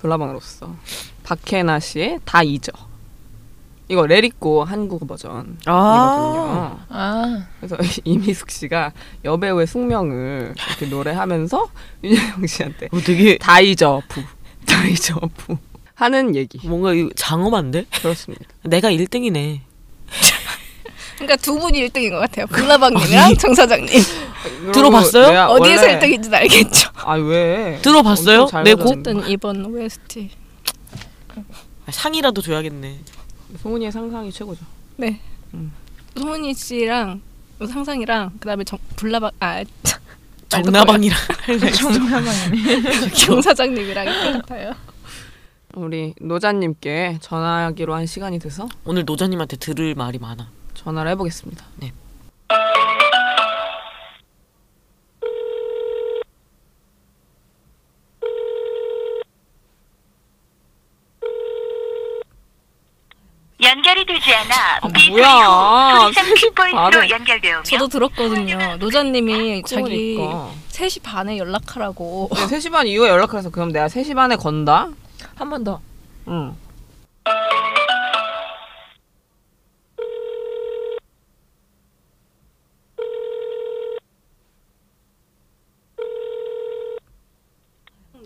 [SPEAKER 1] 불나방으로서 박해나 씨의 다 잊어 이거 레리코 한국 버전.
[SPEAKER 3] 어. 아.
[SPEAKER 1] 이거든요.
[SPEAKER 4] 아, (laughs)
[SPEAKER 1] 그래서 (laughs) 이미숙 씨가 여배우의 숙명을 이렇게 노래하면서 윤여정 씨한테
[SPEAKER 3] 어, 되게
[SPEAKER 1] 다 잊어 부, 다 잊어 부 하는 얘기
[SPEAKER 3] 뭔가 이거 장엄한데?
[SPEAKER 1] 그렇습니다.
[SPEAKER 3] 내가 1등이네.
[SPEAKER 2] 그러니까 두 분이 1등인 것 같아요 불나방님이랑 정 사장님
[SPEAKER 3] 들어봤어요?
[SPEAKER 1] 내가
[SPEAKER 2] 어디에서
[SPEAKER 1] 원래- 네,
[SPEAKER 2] 1등인지는 알겠죠
[SPEAKER 1] 아왜
[SPEAKER 3] 들어봤어요? 내 곡?
[SPEAKER 2] 어쨌든 이번 OST
[SPEAKER 3] 아, 상이라도 줘야겠네.
[SPEAKER 1] 송은이의 상상이 최고죠.
[SPEAKER 2] 네
[SPEAKER 1] 음.
[SPEAKER 2] 송은이 씨랑 상상이랑 그다음에 정, 불나방 아 (laughs)
[SPEAKER 1] (laughs)
[SPEAKER 3] 정나방이랑 할래.
[SPEAKER 2] 정 사장님이랑 1등 같아요
[SPEAKER 1] 우리 노자님께 전화하기로 한 시간이 돼서
[SPEAKER 3] 오늘 노자님한테 들을 말이 많아.
[SPEAKER 1] 전화를 해보겠습니다.
[SPEAKER 3] 네.
[SPEAKER 5] 연결이 되지 않아 비소리
[SPEAKER 1] 뭐야.
[SPEAKER 5] 후 소리상
[SPEAKER 1] 바로. (laughs)
[SPEAKER 5] 킥포인트로 연결되오며
[SPEAKER 2] 저도 들었거든요 노자님이 자기
[SPEAKER 1] 그러니까.
[SPEAKER 2] 3시 반에 연락하라고 (laughs)
[SPEAKER 1] 네, 3시 반 이후에 연락을 해서 그럼 내가 3시 반에 건다.
[SPEAKER 4] 한 번 더.
[SPEAKER 1] 응.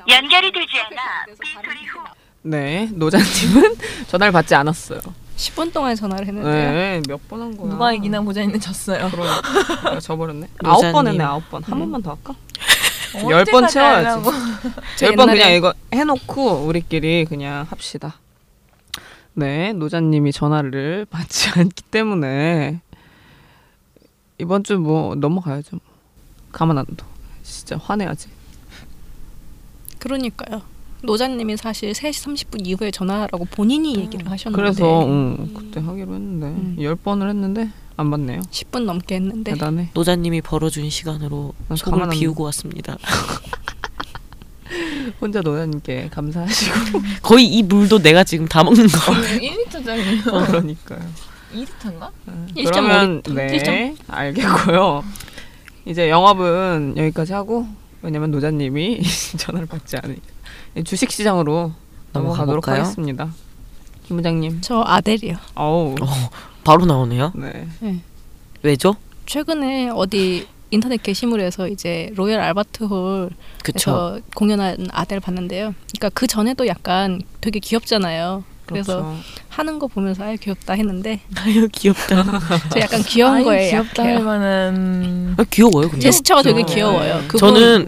[SPEAKER 5] 연결이 되지 않아 비소리 후
[SPEAKER 1] 네, 노자님은 (laughs) 전화를 받지 않았어요.
[SPEAKER 2] 10분 동안 전화를 했는데요
[SPEAKER 1] 네, 몇 번 한 거야.
[SPEAKER 4] 누가 이기나 보자 했는데 졌어요.
[SPEAKER 1] 그러니까
[SPEAKER 4] (laughs)
[SPEAKER 1] 저버렸네.
[SPEAKER 3] 노자님.
[SPEAKER 1] 아홉 번 했네, 아홉 번. 한 번만 더 할까? 열번
[SPEAKER 4] 언제까지
[SPEAKER 1] 채워야지.
[SPEAKER 4] 하려고.
[SPEAKER 2] 저
[SPEAKER 1] 열 번 그냥
[SPEAKER 2] 옛날에-
[SPEAKER 1] 이거 해놓고 우리끼리 그냥 합시다. 네, 노자님이 전화를 (laughs) 받지 않기 때문에 이번 주 뭐 넘어가야죠. 뭐. 가만 안 둬. 진짜 화내야지.
[SPEAKER 2] 그러니까요 노자님이 사실 3시 30분 이후에 전화하라고 본인이 얘기를 하셨는데
[SPEAKER 1] 그래서 음. 응, 그때 하기로 했는데
[SPEAKER 2] 네. 음. 네.
[SPEAKER 1] 열 번을 했는데 안 받네요.
[SPEAKER 2] 10분 넘게 했는데
[SPEAKER 1] 대단해.
[SPEAKER 3] 노자님이 벌어준 시간으로
[SPEAKER 1] 난
[SPEAKER 3] 속을
[SPEAKER 1] 가만 안
[SPEAKER 3] 비우고 왔습니다.
[SPEAKER 1] 혼자 노자님께 감사하시고
[SPEAKER 3] 거의 이 물도 내가 지금 다 먹는 거.
[SPEAKER 4] 1리터짜리.
[SPEAKER 1] (laughs) 그러니까요.
[SPEAKER 4] 2리터인가?
[SPEAKER 1] 그러면
[SPEAKER 2] 1.5리터
[SPEAKER 1] 네 알겠고요. 이제 영업은 여기까지 하고 왜냐면 노자님이 (laughs) 전화를 받지 않으니까 네, 주식 시장으로
[SPEAKER 3] 넘어가
[SPEAKER 1] 넘어가도록
[SPEAKER 3] 볼까요?
[SPEAKER 1] 하겠습니다. 김 부장님,
[SPEAKER 2] 저 아델이요
[SPEAKER 1] 어우,
[SPEAKER 3] 어. 바로 나오네요.
[SPEAKER 1] 네,
[SPEAKER 3] 왜죠?
[SPEAKER 2] 최근에 어디 인터넷 게시물에서 이제 로얄 알바트홀
[SPEAKER 3] 그쵸.
[SPEAKER 2] 그래서 (laughs) 공연한 아델 봤는데요. 그러니까 그 전에도 약간 되게 귀엽잖아요. 그래서
[SPEAKER 1] 그렇죠.
[SPEAKER 2] 하는 거 보면서 아유 귀엽다 했는데
[SPEAKER 3] 아유 귀엽다.
[SPEAKER 2] 저 약간 귀여운
[SPEAKER 4] 아이,
[SPEAKER 2] 거에
[SPEAKER 4] 귀엽다 할
[SPEAKER 2] 약해요. 음.
[SPEAKER 4] 만한.
[SPEAKER 3] 아, 귀여워요 근데.
[SPEAKER 2] 제스처가 되게
[SPEAKER 1] 귀엽죠.
[SPEAKER 2] 귀여워요.
[SPEAKER 1] 네.
[SPEAKER 2] 그분,
[SPEAKER 3] 저는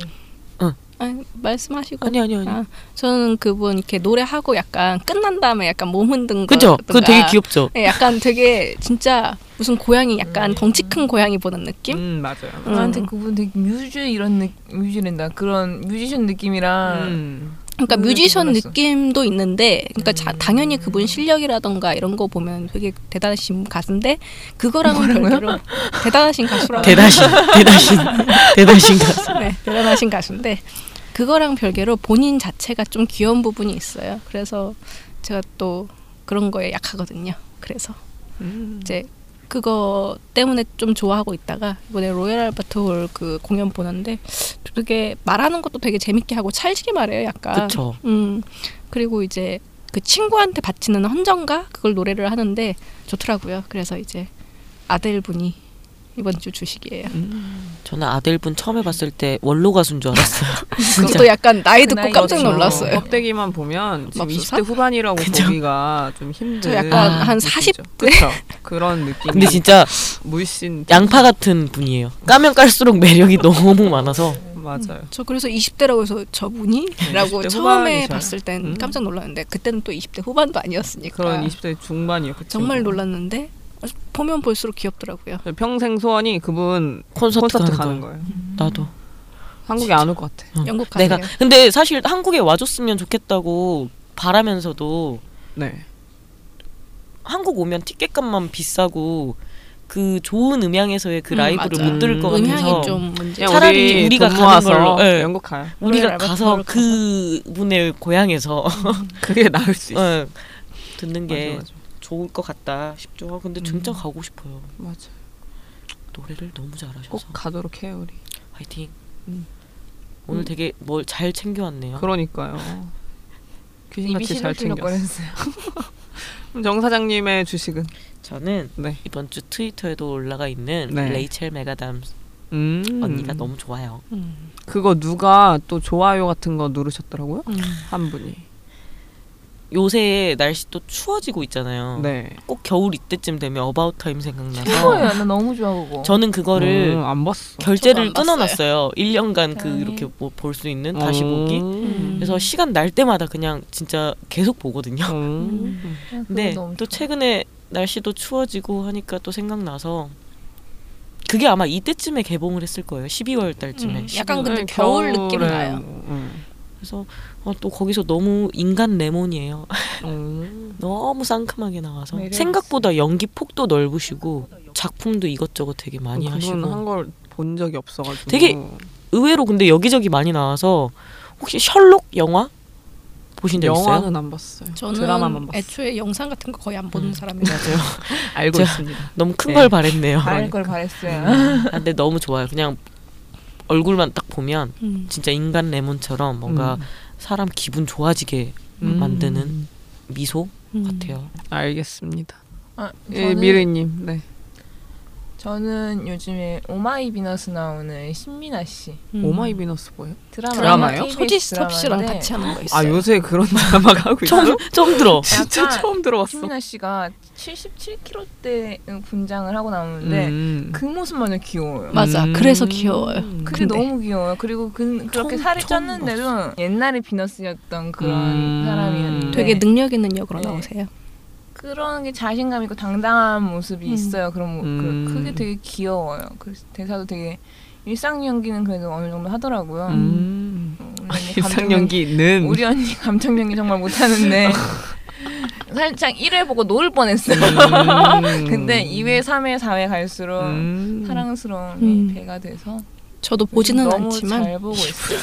[SPEAKER 2] 아니, 말씀하시고
[SPEAKER 3] 아니 아니 아니.
[SPEAKER 2] 아, 저는 그분 이렇게 노래하고 약간 끝난 다음에 약간 몸 흔든 거
[SPEAKER 3] 그죠? 그거 되게 귀엽죠.
[SPEAKER 2] 네, 약간 되게 진짜 무슨 고양이 약간 덩치 큰 고양이 보는 느낌?
[SPEAKER 1] 음 맞아요.
[SPEAKER 2] 음.
[SPEAKER 4] 나한테 그분 되게 뮤즈 이런 느 뮤즈랜다 그런 뮤지션 느낌이랑
[SPEAKER 1] 음.
[SPEAKER 2] 그러니까
[SPEAKER 4] 음,
[SPEAKER 2] 뮤지션
[SPEAKER 4] 몰랐어.
[SPEAKER 2] 느낌도 있는데, 그러니까 자,
[SPEAKER 3] 음.
[SPEAKER 2] 당연히 그분 실력이라던가 이런 거 보면 되게 대단하신 가수인데 그거랑은 별개로 대단하신
[SPEAKER 3] (laughs)
[SPEAKER 2] 가수라고
[SPEAKER 3] 대다신 대다신 대다신 가수.
[SPEAKER 2] (laughs) 네, 대단하신 가수인데 그거랑 별개로 본인 자체가 좀 귀여운 부분이 있어요. 그래서 제가 또 그런 거에 약하거든요. 그래서
[SPEAKER 1] 음.
[SPEAKER 2] 이제 그거 때문에 좀 좋아하고 있다가 이번에 로얄 알바트홀 그 공연 보는데 되게 말하는 것도 되게 재밌게 하고 찰지게 말해요, 약간.
[SPEAKER 3] 그쵸.
[SPEAKER 2] 음, 그리고 이제 그 친구한테 바치는 헌정가 그걸 노래를 하는데 좋더라고요. 그래서 이제 아델분이 이번 주 주식이에요.
[SPEAKER 3] 저는 아델분 처음 해봤을 때 원로 가수인 줄 알았어요.
[SPEAKER 2] 저도 약간 나이
[SPEAKER 4] 그
[SPEAKER 2] 듣고
[SPEAKER 4] 나이
[SPEAKER 2] 깜짝
[SPEAKER 4] 어쩌나.
[SPEAKER 2] 놀랐어요.
[SPEAKER 1] 껍데기만 보면 지금
[SPEAKER 2] 맙소사?
[SPEAKER 1] 20대 후반이라고
[SPEAKER 3] 그죠.
[SPEAKER 1] 보기가 좀 힘든.
[SPEAKER 2] 저 약간
[SPEAKER 3] 아,
[SPEAKER 2] 한
[SPEAKER 1] 느낌이죠.
[SPEAKER 2] 40대
[SPEAKER 1] 그쵸. 그런 느낌.
[SPEAKER 3] 근데 진짜
[SPEAKER 1] 물씬
[SPEAKER 3] 양파 같은 분이에요. 까면 깔수록 매력이 (laughs) 너무 많아서
[SPEAKER 1] 맞아요.
[SPEAKER 2] 저 그래서 20대라고 해서 저분이라고
[SPEAKER 1] 20대
[SPEAKER 2] 처음에
[SPEAKER 1] 네, 후반이셔요?
[SPEAKER 2] 봤을 땐
[SPEAKER 1] 음. 그러니까.
[SPEAKER 2] 깜짝 놀랐는데 그때는 또 20대 후반도 아니었으니까
[SPEAKER 1] 그런 20대 중반이요. 그
[SPEAKER 2] 그러니까 정말
[SPEAKER 1] 친구.
[SPEAKER 2] 놀랐는데 보면 볼수록 귀엽더라고요.
[SPEAKER 1] 저 평생 소원이 그분
[SPEAKER 3] 콘서트,
[SPEAKER 1] 콘서트
[SPEAKER 3] 가는
[SPEAKER 1] 가는
[SPEAKER 3] 거.
[SPEAKER 1] 거예요.
[SPEAKER 3] 나도
[SPEAKER 1] 한국에 안 올 것 같아.
[SPEAKER 3] 어.
[SPEAKER 2] 영국 가세요.
[SPEAKER 3] 내가 근데 사실 한국에 와줬으면 좋겠다고 바라면서도
[SPEAKER 1] 네.
[SPEAKER 3] 한국 오면 티켓값만 비싸고 그 좋은 음향에서의 그
[SPEAKER 2] 음,
[SPEAKER 3] 라이브를
[SPEAKER 2] 맞아.
[SPEAKER 3] 못 들을 것 같아서
[SPEAKER 2] 음향이 좀 문제.
[SPEAKER 1] 그냥
[SPEAKER 3] 차라리
[SPEAKER 1] 우리
[SPEAKER 3] 우리가
[SPEAKER 1] 돈
[SPEAKER 3] 가는
[SPEAKER 1] 모아서
[SPEAKER 3] 걸로, 예.
[SPEAKER 1] 영국 가요.
[SPEAKER 3] 우리가
[SPEAKER 2] 노래를
[SPEAKER 3] 가서
[SPEAKER 2] 알바트로를
[SPEAKER 3] 그 분의 고향에서
[SPEAKER 1] 그게 나을 수 있어.
[SPEAKER 3] 예, 듣는 게
[SPEAKER 1] 맞아,
[SPEAKER 3] 좋을 것 같다 싶죠. 아, 근데 진짜 가고 싶어요.
[SPEAKER 1] 맞아. 맞아.
[SPEAKER 3] 노래를 너무 잘하셔서
[SPEAKER 1] 꼭 가도록 해요 우리.
[SPEAKER 3] 화이팅.
[SPEAKER 1] 음.
[SPEAKER 3] 오늘
[SPEAKER 1] 음.
[SPEAKER 3] 되게 뭘 잘 챙겨왔네요.
[SPEAKER 1] 아. 그러니까요. 귀신같이 잘
[SPEAKER 4] 시들시들
[SPEAKER 1] 챙겼어. 그럼 정 사장님의 주식은?
[SPEAKER 3] 저는
[SPEAKER 1] 네.
[SPEAKER 3] 이번 주 트위터에도 올라가 있는
[SPEAKER 1] 네.
[SPEAKER 3] 레이첼 메가담
[SPEAKER 1] 음.
[SPEAKER 3] 언니가 너무 좋아요.
[SPEAKER 2] 음.
[SPEAKER 1] 그거 누가 또 좋아요 같은 거 누르셨더라고요.
[SPEAKER 2] 음.
[SPEAKER 1] 한 분이.
[SPEAKER 3] 요새 날씨 또 추워지고 있잖아요.
[SPEAKER 1] 네.
[SPEAKER 3] 꼭 겨울 이때쯤 되면 어바웃 타임 생각나서
[SPEAKER 4] 최고예요. 나 너무 좋아 그거.
[SPEAKER 3] 저는 그거를
[SPEAKER 1] 음, 안 봤어.
[SPEAKER 3] 결제를
[SPEAKER 2] 저도 안
[SPEAKER 3] 끊어놨어요. 1년간 그
[SPEAKER 4] 세상에.
[SPEAKER 3] 이렇게 뭐 볼 수 있는 다시
[SPEAKER 1] 음.
[SPEAKER 3] 보기.
[SPEAKER 1] 음.
[SPEAKER 3] 그래서 시간 날 때마다 그냥 진짜 계속 보거든요.
[SPEAKER 1] 음.
[SPEAKER 4] 그거
[SPEAKER 3] 근데
[SPEAKER 4] 너무
[SPEAKER 3] 또
[SPEAKER 4] 좋아.
[SPEAKER 3] 최근에 날씨도 추워지고 하니까 또 생각나서 그게 아마 이때쯤에 개봉을 했을 거예요. 12월 달쯤에.
[SPEAKER 2] 음, 약간
[SPEAKER 3] 12월.
[SPEAKER 2] 근데 겨울 느낌
[SPEAKER 1] 네, 겨울에
[SPEAKER 2] 나요.
[SPEAKER 1] 뭐, 음.
[SPEAKER 3] 그래서 어, 또 거기서 너무 인간 레몬이에요. (laughs)
[SPEAKER 1] 음.
[SPEAKER 3] 너무 상큼하게 나와서
[SPEAKER 4] 매력 있어.
[SPEAKER 3] 생각보다 연기 폭도 넓으시고 작품도 이것저것 되게 많이
[SPEAKER 1] 어, 그분
[SPEAKER 3] 하시고
[SPEAKER 1] 한걸 본 적이 없어가지고.
[SPEAKER 3] 되게 의외로 근데 여기저기 많이 나와서 혹시 셜록 영화 보신 적 있어요?
[SPEAKER 1] 영화는 안 봤어요.
[SPEAKER 2] 저는
[SPEAKER 1] 드라마만 봤어요.
[SPEAKER 2] 애초에 영상 같은 거 거의 안 보는
[SPEAKER 3] 음.
[SPEAKER 2] 사람이라
[SPEAKER 3] 맞아요.
[SPEAKER 1] 알고
[SPEAKER 3] 제가-
[SPEAKER 1] 있습니다.
[SPEAKER 3] 너무 큰
[SPEAKER 1] 네.
[SPEAKER 3] 걸
[SPEAKER 1] (laughs)
[SPEAKER 3] 바랬네요.
[SPEAKER 4] 바랄 걸 바랬어요.
[SPEAKER 1] 음.
[SPEAKER 3] 아, 근데 너무 좋아요. 그냥 얼굴만 딱 보면
[SPEAKER 2] 음.
[SPEAKER 3] 진짜 인간 레몬처럼 뭔가
[SPEAKER 1] 음.
[SPEAKER 3] 사람 기분 좋아지게
[SPEAKER 1] 음.
[SPEAKER 3] 만드는 미소
[SPEAKER 2] 음.
[SPEAKER 3] 같아요.
[SPEAKER 1] 알겠습니다.
[SPEAKER 4] 아,
[SPEAKER 1] 예, 미르님, 네.
[SPEAKER 4] 저는 요즘에 오마이 비너스 나오는 신민아 씨
[SPEAKER 2] 음.
[SPEAKER 1] 오마이 비너스 뭐예요?
[SPEAKER 4] 드라마
[SPEAKER 1] 드라마요?
[SPEAKER 4] KBS
[SPEAKER 2] 소지 스톱 씨랑
[SPEAKER 4] 드라마인데
[SPEAKER 2] 같이 하는 거 있어요.
[SPEAKER 1] 아 요새 그런 (laughs) 드라마가 하고 있어?
[SPEAKER 3] 처음 처음 들어.
[SPEAKER 1] (laughs) 진짜
[SPEAKER 4] 약간
[SPEAKER 1] 처음 들어봤어.
[SPEAKER 4] 신민아 씨가 77kg대 분장을 하고 나오는데
[SPEAKER 1] 음.
[SPEAKER 4] 그 모습만은 귀여워요.
[SPEAKER 2] 맞아.
[SPEAKER 1] 음.
[SPEAKER 2] 그래서 귀여워요.
[SPEAKER 4] 그게
[SPEAKER 2] 근데.
[SPEAKER 4] 너무 귀여워요. 그리고 그, 그렇게
[SPEAKER 3] 처음-
[SPEAKER 4] 살을
[SPEAKER 3] 처음
[SPEAKER 4] 쪘는데도 옛날에 비너스였던 그런
[SPEAKER 1] 음.
[SPEAKER 4] 사람이었는데
[SPEAKER 2] 되게 능력 있는 역으로
[SPEAKER 4] 네.
[SPEAKER 2] 나오세요.
[SPEAKER 4] 그런 게 자신감 있고 당당한 모습이
[SPEAKER 2] 음.
[SPEAKER 4] 있어요. 그런 모-
[SPEAKER 1] 음.
[SPEAKER 4] 그, 그게 되게 귀여워요. 그래서 대사도 되게 일상 연기는 그래도 어느 정도 하더라고요.
[SPEAKER 1] 음.
[SPEAKER 4] 음,
[SPEAKER 1] (laughs) 일상
[SPEAKER 4] 감정 연기-
[SPEAKER 1] 연기는
[SPEAKER 4] 우리 언니 감정 연기 정말 못하는데 살짝 1회 보고 놀 뻔했어요.
[SPEAKER 1] 음.
[SPEAKER 4] (laughs) 근데 2회, 3회, 4회 갈수록
[SPEAKER 1] 음.
[SPEAKER 4] 사랑스러움이
[SPEAKER 2] 음.
[SPEAKER 4] 배가 돼서
[SPEAKER 2] 저도 보지는
[SPEAKER 4] 너무
[SPEAKER 2] 않지만
[SPEAKER 4] 잘 보고 있어요.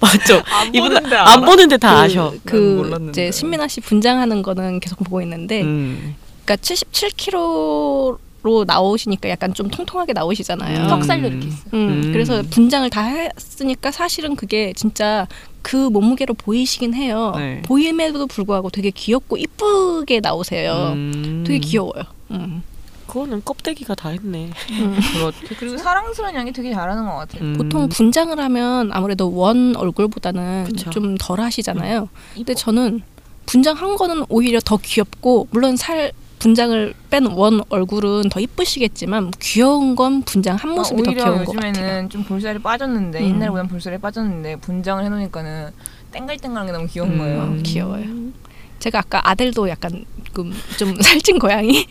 [SPEAKER 3] 맞죠?
[SPEAKER 1] 안
[SPEAKER 3] 이분
[SPEAKER 1] 보는데
[SPEAKER 3] 안
[SPEAKER 1] 알아.
[SPEAKER 3] 보는데 다
[SPEAKER 2] 그-
[SPEAKER 3] 아셔.
[SPEAKER 1] 난
[SPEAKER 2] 그
[SPEAKER 1] 몰랐는데.
[SPEAKER 2] 이제 신민아 씨 분장하는 거는 계속 보고 있는데
[SPEAKER 1] 음.
[SPEAKER 2] 그러니까 77kg로 나오시니까 약간 좀 통통하게 나오시잖아요.
[SPEAKER 1] 음.
[SPEAKER 4] 턱살도 이렇게 있어요.
[SPEAKER 2] 음,
[SPEAKER 1] 음.
[SPEAKER 2] 그래서 분장을 다 했으니까 사실은 그게 진짜 그 몸무게로 보이시긴 해요.
[SPEAKER 1] 네.
[SPEAKER 2] 보임에도 불구하고 되게 귀엽고 이쁘게 나오세요.
[SPEAKER 1] 음.
[SPEAKER 2] 되게 귀여워요. 음.
[SPEAKER 3] 그거는 껍데기가 다 했네.
[SPEAKER 1] 그렇죠.
[SPEAKER 4] 그리고 사랑스러운 연기 되게 잘하는 것 같아요.
[SPEAKER 1] 음.
[SPEAKER 2] 보통 분장을 하면 아무래도 원 얼굴보다는
[SPEAKER 3] 그쵸.
[SPEAKER 2] 좀 덜 하시잖아요. 근데
[SPEAKER 4] 이뻐.
[SPEAKER 2] 저는 분장한 거는 오히려 더 귀엽고 물론 살 분장을 뺀 원 얼굴은 더 이쁘시겠지만 귀여운 건 분장 한 모습이 더
[SPEAKER 4] 아, 오히려
[SPEAKER 2] 귀여운 것 같아요.
[SPEAKER 4] 요즘에는 좀 볼살이 빠졌는데
[SPEAKER 2] 음.
[SPEAKER 4] 옛날보다는 볼살이 빠졌는데 분장을 해놓으니까는 땡글땡글한 게 너무 귀여운
[SPEAKER 1] 음.
[SPEAKER 4] 거예요.
[SPEAKER 2] 어, 귀여워요. 제가 아까 아들도 약간 좀, 좀 (laughs) 살찐 고양이.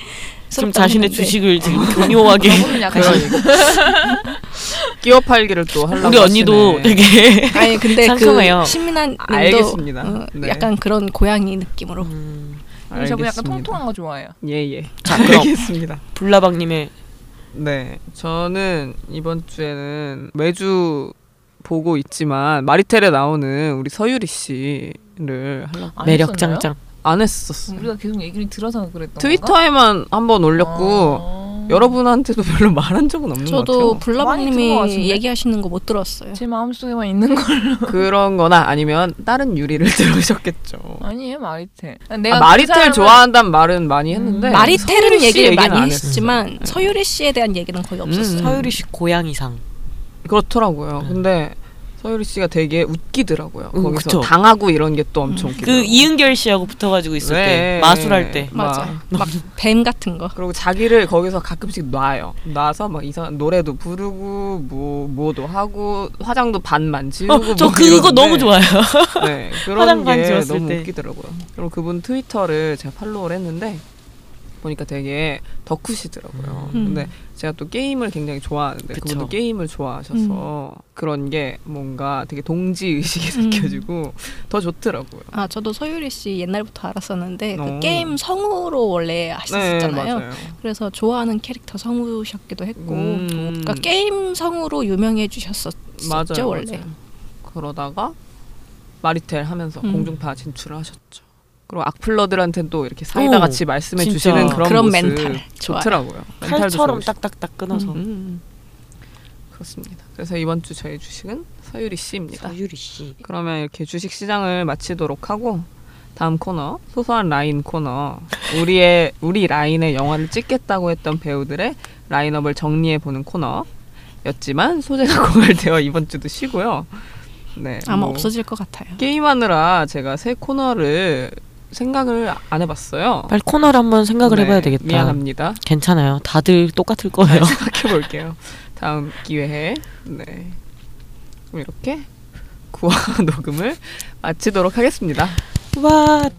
[SPEAKER 3] 지금
[SPEAKER 2] 스럽다고
[SPEAKER 3] 자신의
[SPEAKER 2] 했는데
[SPEAKER 3] 주식을 지금
[SPEAKER 1] 아.
[SPEAKER 3] 교묘하게
[SPEAKER 4] 저분은 아, 약간
[SPEAKER 1] 그러니까.
[SPEAKER 4] (laughs)
[SPEAKER 1] 끼어 팔기를 또 하려고
[SPEAKER 3] 우리 언니도
[SPEAKER 1] 하시네. (laughs)
[SPEAKER 3] 되게
[SPEAKER 2] 아니 근데
[SPEAKER 3] 상큼해요.
[SPEAKER 2] 그 신민한 님도
[SPEAKER 1] 알겠습니다.
[SPEAKER 2] 어,
[SPEAKER 1] 네.
[SPEAKER 2] 약간 그런 고양이 느낌으로
[SPEAKER 3] 음,
[SPEAKER 4] 그리고 저분 약간
[SPEAKER 1] 알겠습니다.
[SPEAKER 4] 통통한 거 좋아해요.
[SPEAKER 1] 예예.
[SPEAKER 3] 자, 그럼.
[SPEAKER 1] 알겠습니다.
[SPEAKER 3] 불나방님의
[SPEAKER 1] 네, 저는 이번 주에는 매주 보고 있지만 마리텔에 나오는 우리 서유리 씨를 하려고
[SPEAKER 4] 안
[SPEAKER 3] 매력
[SPEAKER 4] 했었나요?
[SPEAKER 3] 장장.
[SPEAKER 4] 음.
[SPEAKER 1] 안 했었어요.
[SPEAKER 4] 우리가 계속 얘기를 들어서 그랬던
[SPEAKER 1] 트위터에만 한 번
[SPEAKER 4] 건가?
[SPEAKER 1] 올렸고
[SPEAKER 4] 아.
[SPEAKER 1] 여러분한테도 별로 말한 적은 없는
[SPEAKER 2] 저도
[SPEAKER 1] 것 네.
[SPEAKER 4] 많이 들은 것
[SPEAKER 2] 블라방님이
[SPEAKER 4] 같은데?
[SPEAKER 2] 얘기하시는 거 못 들었어요.
[SPEAKER 4] 제 마음속에만 있는 걸 (laughs)
[SPEAKER 1] 같아요. 그런 거나 아니면 다른 유리를 (laughs) 들으셨겠죠.
[SPEAKER 4] 아니에요 마리텔
[SPEAKER 1] 아,
[SPEAKER 4] 내가
[SPEAKER 1] 마리텔
[SPEAKER 4] 그 사람을-
[SPEAKER 1] 좋아한다는 말은 많이 했는데
[SPEAKER 2] 마리텔은
[SPEAKER 1] 서유리 씨
[SPEAKER 2] 얘기를
[SPEAKER 1] 얘기는 안
[SPEAKER 2] 많이
[SPEAKER 1] 했어요. 네.
[SPEAKER 2] 했지만 서유리 씨에 대한 얘기는 거의 없었어요.
[SPEAKER 1] 음.
[SPEAKER 3] 서유리 씨 고양이상.
[SPEAKER 1] 그렇더라고요. 근데 서유리 씨가 되게 웃기더라고요.
[SPEAKER 3] 음,
[SPEAKER 1] 거기서
[SPEAKER 3] 그쵸.
[SPEAKER 1] 당하고 이런 게 또 엄청 웃기고 네,
[SPEAKER 3] 그 이은결 씨하고 붙어가지고 있을 때 마술할 때.
[SPEAKER 2] 음. 맞아.
[SPEAKER 1] (laughs)
[SPEAKER 2] 막 뱀 같은 거.
[SPEAKER 1] 그리고 자기를 거기서 가끔씩 놔요. 놔서 막 이상한 노래도 부르고 뭐 뭐도 하고 화장도 반만 지우고
[SPEAKER 3] 어, 저
[SPEAKER 1] 뭐
[SPEAKER 3] 그거
[SPEAKER 1] 이러는데
[SPEAKER 3] 너무 좋아요.
[SPEAKER 2] (laughs)
[SPEAKER 1] 네, 그런
[SPEAKER 3] 화장 반
[SPEAKER 1] 게
[SPEAKER 3] 지웠을
[SPEAKER 1] 너무
[SPEAKER 3] 때.
[SPEAKER 1] 웃기더라고요. 그리고 그분 트위터를 제가 팔로우를 했는데 보니까 되게
[SPEAKER 3] (laughs)
[SPEAKER 1] 덕후시더라고요.
[SPEAKER 2] 음.
[SPEAKER 1] 근데 제가 또 게임을 굉장히 좋아하는데
[SPEAKER 3] 그쵸.
[SPEAKER 1] 그분도 게임을 좋아하셔서 그런 게 뭔가 되게 동지 의식이
[SPEAKER 2] 음.
[SPEAKER 1] 느껴지고 더 좋더라고요.
[SPEAKER 2] 아 저도 서유리 씨 옛날부터 알았었는데
[SPEAKER 1] 어. 네,
[SPEAKER 2] 그 게임 성우로 원래 하셨었잖아요.
[SPEAKER 1] 맞아요.
[SPEAKER 2] 그래서 좋아하는 캐릭터 성우셨기도 했고
[SPEAKER 1] 음.
[SPEAKER 2] 그러니까 게임 성우로 유명해 주셨었죠
[SPEAKER 1] 맞아요,
[SPEAKER 2] 원래.
[SPEAKER 1] 맞아요. 그러다가 마리텔 하면서
[SPEAKER 2] 음.
[SPEAKER 1] 공중파 진출을 하셨죠. 그리고 악플러들한테는 또 이렇게 사이다
[SPEAKER 3] 오,
[SPEAKER 1] 같이 말씀해
[SPEAKER 3] 진짜.
[SPEAKER 1] 주시는 그런,
[SPEAKER 2] 그런
[SPEAKER 1] 모습
[SPEAKER 2] 멘탈 좋아요.
[SPEAKER 1] 좋더라고요. 멘탈도
[SPEAKER 3] 칼처럼
[SPEAKER 1] 좋으시고.
[SPEAKER 3] 딱딱딱 끊어서.
[SPEAKER 1] 음. 그렇습니다. 그래서 이번 주 저희 주식은 서유리 씨입니다.
[SPEAKER 3] 서유리 씨.
[SPEAKER 1] 그러면 이렇게 주식 시장을 마치도록 하고 다음 코너 소소한 라인 코너 우리의 우리 라인의 영화를 찍겠다고 했던 배우들의 라인업을 정리해 보는 코너였지만 소재가 (laughs) 고갈되어 이번 주도 쉬고요. 네.
[SPEAKER 2] 아마
[SPEAKER 1] 뭐
[SPEAKER 2] 없어질 것 같아요.
[SPEAKER 1] 게임하느라 제가 새 코너를 생각을 안 해봤어요.
[SPEAKER 3] 빨리 코너를 한번 생각을
[SPEAKER 1] 네,
[SPEAKER 3] 해봐야 되겠다.
[SPEAKER 1] 미안합니다. 아,
[SPEAKER 3] 괜찮아요. 다들 똑같을 거예요.
[SPEAKER 1] (laughs)
[SPEAKER 3] (laughs)
[SPEAKER 1] 생각해 볼게요. 다음 기회에 네. (laughs) 그럼 이렇게 구화 녹음을 마치도록 하겠습니다.
[SPEAKER 3] 와